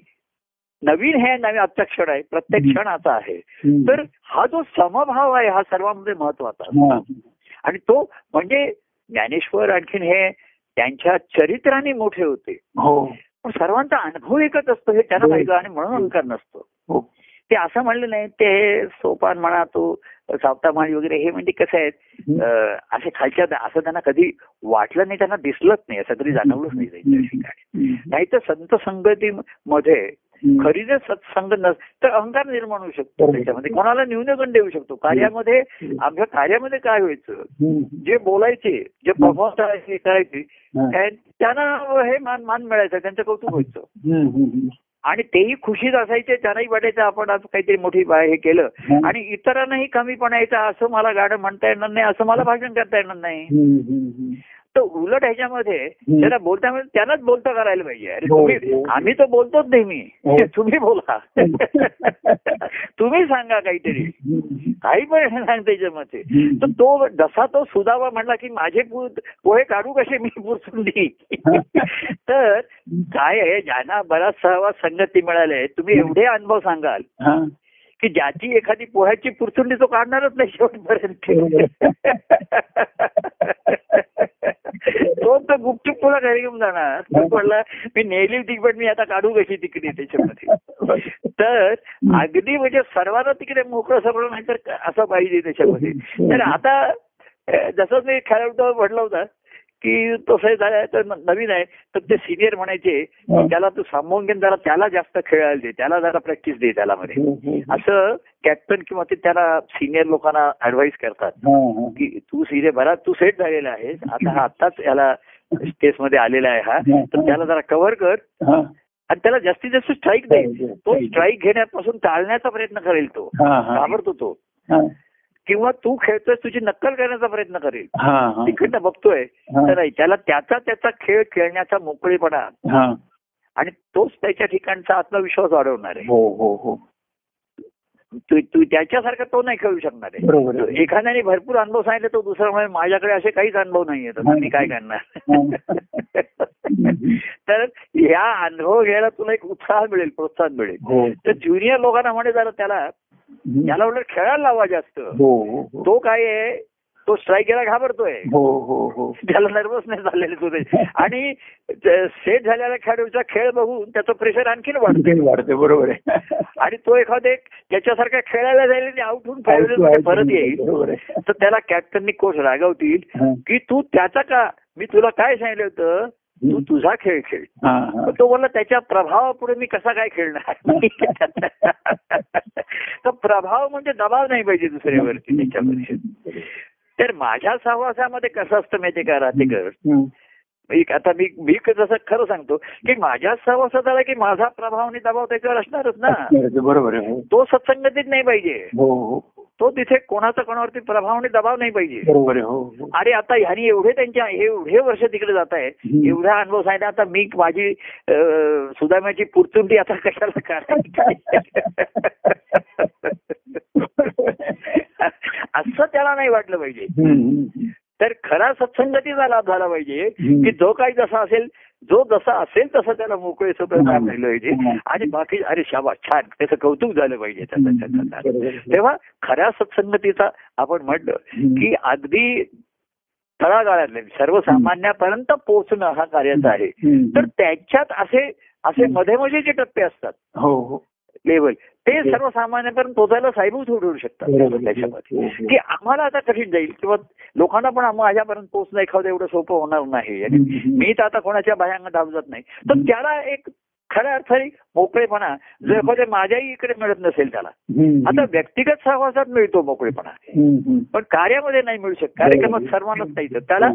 नवीन हे नवीन आजचा क्षण आहे प्रत्येक हम्म. क्षण असा आहे हम्म. तर हा जो समभाव आहे हा सर्वांमध्ये महत्वाचा हा. आणि तो म्हणजे ज्ञानेश्वर आणखीन हे त्यांच्या चरित्राने मोठे होते हो पण सर्वांचा अनुभव एकच असतो हे त्यांना हो. पाहिजे आणि म्हणून अंकार नसतो हो ते असं म्हणलं नाही ते हे सोपान म्हणा तो सावता माळी वगैरे हे म्हणजे कसं आहे अं, असे खालच्या असं त्यांना कधी वाटलं नाही त्यांना दिसलंच नाही असं कधी जाणवलंच नाही त्यांच्या ठिकाणी नाही तर संत संगती मध्ये हम्म. खरी जर सत्संग नस तर अहंकार निर्माण होऊ शकतो बरोबर. त्याच्यामध्ये कोणाला न्यूनगण देऊ शकतो कार्यामध्ये आमच्या कार्यामध्ये काय व्हायचं हम्म. जे बोलायचे जे हम्म. परफॉर्म करायचे करायचे हा. त्या- त्यांना हे मान मान मिळायचं त्यांचं कौतुक व्हायचं हम्म, हम्म, आणि तेही खुशीत असायचे त्यांनाही वाटायचं आपण आज काहीतरी मोठी बा- हे केलं हम्म. आणि इतरांनाही कमीपणा यायचा असं मला गाणं म्हणता येणार नाही असं मला भाषण करता येणार नाही हम्म, हम्म, हम्म. तर उलट ह्याच्यामध्ये त्याला बोलता म्हणजे त्यांनाच बोलता करायला पाहिजे अरे हो, तुम्ही हो. आम्ही तर बोलतोच हो. नेहमी (laughs) (laughs) तुम्ही बोला तुम्ही सांगा काहीतरी हम्म. काही पण सांग त्याच्यामध्ये हम्म. तर तो जसा तो सुदावा म्हणला की माझे पो- पोहे काढू कसे मी पुरसून (laughs) देईन तर काय आहे ज्यांना बराच सहवास संगती मिळाले तुम्ही एवढे अनुभव सांगाल हा. की ज्याची एखादी पोह्याची पुरचुंडी तो काढणारच नाही बरोबर. शेवटपर्यंत तो तर गुपचूप तुला घरी घेऊन जाणार तो म्हणला मी नेली होती पण मी आता काढू कशी तिकडे त्याच्यामध्ये तर अगदी म्हणजे सर्वांना तिकडे मोकळं सगळं नाही तर असं पाहिजे त्याच्यामध्ये तर आता अ, जसं मी खेळाडू म्हटलं होतं की तसं झालं तर न- नवीन आहे तर ते सिनियर म्हणायचे हा. त्याला तू सामावून घेऊन जरा त्याला जास्त खेळायला दे त्याला जरा प्रॅक्टिस दे त्याला मध्ये हो, हो. असं कॅप्टन किंवा ते त्याला सिनियर लोकांना ऍडवाईस करतात हा, हा. की तू सिरे बरा तू सेट झालेला आहेस आता हा आत्ताच याला स्टेज मध्ये आलेला आहे हा तर त्याला जरा कव्हर कर हा. आणि त्याला जास्तीत जास्त स्ट्राईक दे तो स्ट्राईक घेण्यापासून टाळण्याचा प्रयत्न करेल तो हा, हा. घाबरतो तो हा. किंवा तू खेळतोय तुझी नक्कल करण्याचा प्रयत्न करेल हा, हा. तिकडनं बघतोय तर नाही त्याला त्याचा त्याचा खेळ खेळण्याचा मोकळेपणा हा. आणि तोच त्याच्या ठिकाणचा आत्मविश्वास वाढवणार आहे हो हो हो तू तू त्याच्यासारखा तो नाही खेळू शकणार आहे बरोबर आहे. एखाद्याने भरपूर अनुभव सांगितले तो दुसरा म्हणजे माझ्याकडे असे काहीच अनुभव नाहीये तर मी काय (laughs) करणार तर ह्या अनुभव घ्यायला तुला एक उत्साह मिळेल प्रोत्साहन मिळेल हो तर ज्युनियर लोकांना म्हणे जरा त्याला हम्म. त्याला उलट खेळायला लावा जास्त हो हो हो. तो काय आहे तो स्ट्राईक घ्यायला घाबरतोय हो हो हो त्याला नर्वसनेस झालेले होते आणि सेट झालेल्या खेळाडूचा खेळ बघून त्याचं प्रेशर आणखीन वाढतं आणखीन वाढते बरोबर आहे आणि तो एखादा एक ज्याच्यासारखा खेळायला जाईल आणि out होऊन ऐकू, फायनलमध्ये ऐकू. परत येईल बरोबर आहे तर त्याला कॅप्टननी कोच रागवतील हा. की तू त्याचा का मी तुला काय सांगितलं होतं तू तुझा खेळ खेळ हा, हा. पण तो बोलला त्याच्या प्रभावापुढे मी कसा काय (laughs) खेळणार तर प्रभाव म्हणजे दबाव नाही पाहिजे दुसऱ्यावरती त्याच्यामध्ये तर माझ्या सहवासामध्ये कसं असतं माहिती का राहतेकर हं. एक आता मी मी क- जसं खरं सांगतो की माझ्या सहवासात आला की माझा प्रभाव आणि दबाव त्याच्यावर असणारच ना असणारच, बरोबर आहे हो. तो सत्संगतीत नाही पाहिजे हो हो तो तिथे कोणाचा कोणावरती प्रभाव आणि दबाव नाही पाहिजे बरोबर आहे हो हो. अरे आता ह्यानी एवढे त्यांच्या हे एवढे वर्ष तिकडे जात आहेत हम्म. एवढा अनुभव सांगितला आता मी माझी अं, सुदाम्याची पुरतुंडी आता कशाला करायला असं त्याला नाही वाटलं पाहिजे हं, हं. तर खरा सत्संगतीचा लाभ झाला पाहिजे हं. की जो काही जसा असेल जो जसा असेल तसं त्याला मोकळे सोपे हं. काम राहिलं पाहिजे हं. आणि बाकी अरे शाबा छान त्याचं कौतुक झालं पाहिजे त्याचं- त्याचं- त्याचं. बरोबर आहे. तेव्हा खऱ्या सत्संगतीचा आपण म्हटलं हं. की अगदी तळागाळातले सर्वसामान्यापर्यंत पोहोचणं हा कार्याचा आहे हं. तर त्याच्यात असे असे मध्ये मध्ये जे टप्पे असतात हो हो लेवल ते हो. सर्वसामान्यापर्यंत पोहोचायला साहेबच सोडवू बरोबर शकतात आहे. त्याच्यामध्ये हो, हो. की आम्हाला आता कठीण जाईल किंवा लोकांना पण आम्हा- माझ्यापर्यंत पोहोचणं एखादं एवढं सोपं होणार नाही आणि हं, हं. मी तर आता कोणाच्या बायांना धावजत नाही तर हं. त्याला एक खऱ्या अर्थाने मोकळेपणा जर एखाद्या माझ्याही इकडे मिळत नसेल त्याला हं, आता व्यक्तिगत सहवासात मिळतो मोकळेपणा हं, हं. पण कार्यामध्ये नाही मिळू शकत हो, कार्यक्रमात सर्वांनाच नाही तर त्याला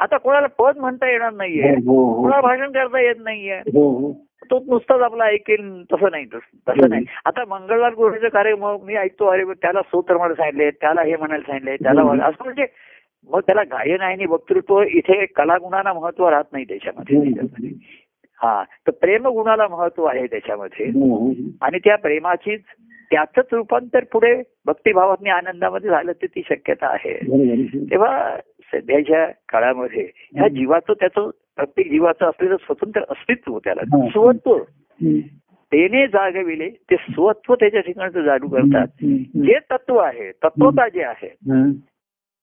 आता कोणाला पद म्हणता येणार नाहीये हो, हो, हो. कोणाला भाषण करता येत नाहीये हो, हो. तो नुसताच आपला ऐकेल तसं नाही तस- तसं नाही आता मंगळवार गोष्टीचं कार्यक्रम मी ऐकतो अरे बा, त्याला स्तोत्र म्हणायला सांगितले त्याला हे म्हणायला सांगितले त्याला हम्म. म्हणायला- असं म्हणजे मग त्याला गायन आहे आणि वक्तृत्व इथे कलागुणांना महत्व राहत नाही त्याच्यामध्ये हं, हा तर प्रेमगुणाला महत्व आहे त्याच्यामध्ये हं, हं. आणि त्या प्रेमाचीच त्याचंच रूपांतर पुढे भक्तिभावातनी आनंदामध्ये झालं तर ती शक्यता आहे बरोबर आहे. तेव्हा सध्याच्या काळामध्ये ह्या जीवाचं त्याचं प्रत्येक जीवाचं असलेलं स्वतंत्र अस्तित्व त्याला हा. स्वत्व हं. त्याने जागविले ते स्वत्व त्याच्या ठिकाणचं जाणू करतात हं, हं. जे तत्व आहे तत्वता जे आहे हं.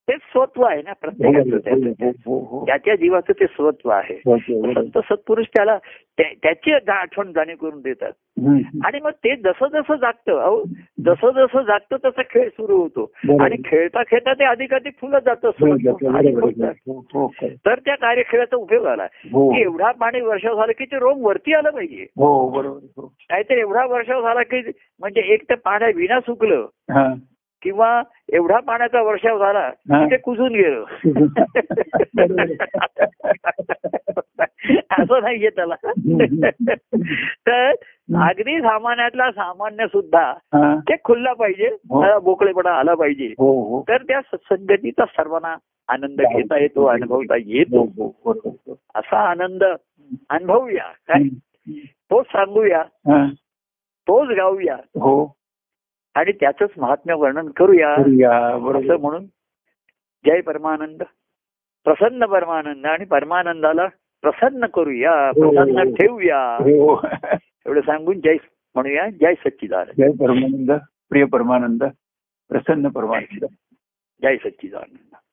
ते स्वत्व आहे ना प्रत्येकाचं बरोबर त्याचं. आहे. हो, हो, हो. त्याच्या जीवाचं ते स्वत्व आहे हो, हो, बरोबर. संत सत्पुरुष त्याला त्या- त्याची आठवण जाणीव करून देतात हं, आणि मग ते जसं जसं जागतं अहो जसं जसं जागतं तसा खेळ सुरू होतो बरोबर. आणि खेळता खेळता ते अधिकाधिक फुलत जातं बरोबर, समजतं. आणि मग बरोबर. हो, हो, हो. तर त्या कार्यखेळाचा उपयोग आला हो. की एवढा पाणी वर्षाव झाला की ते रोम वरती आलं पाहिजे हो, बरोबर हो. नाहीतर एवढा वर्षाव झाला की म्हणजे एक तर पाण्या विना सुकलं हा. (laughs) किंवा एवढा पाण्याचा वर्षाव झाला की ते कुजून गेलं असं नाहीये त्याला तर अगदी सामान्यातला सामान्य सुद्धा हा. ते खुलला पाहिजे हो. त्याला मोकळेपणा आला पाहिजे हो, हो. तर त्या सत्संगतीचा सर्वांना आनंद घेता येतो अनुभवता हो, येतो हो, बरोबर. असा आनंद अनुभवूया काय तोच सांगूया हा. तोच गाऊया हो आणि त्याचंच महात्म्य वर्णन करूया करूया, बरोबर असं म्हणून जय परमानंद प्रसन्न परमानंद आणि परमानंदाला प्रसन्न करूया हो. प्रसन्न ठेवूया (laughs) हो एवढं सांगून जय म्हणूया जय सच्चिदानंद जय परमानंद प्रिय परमानंद प्रसन्न परमानंद जय सच्चिदानंद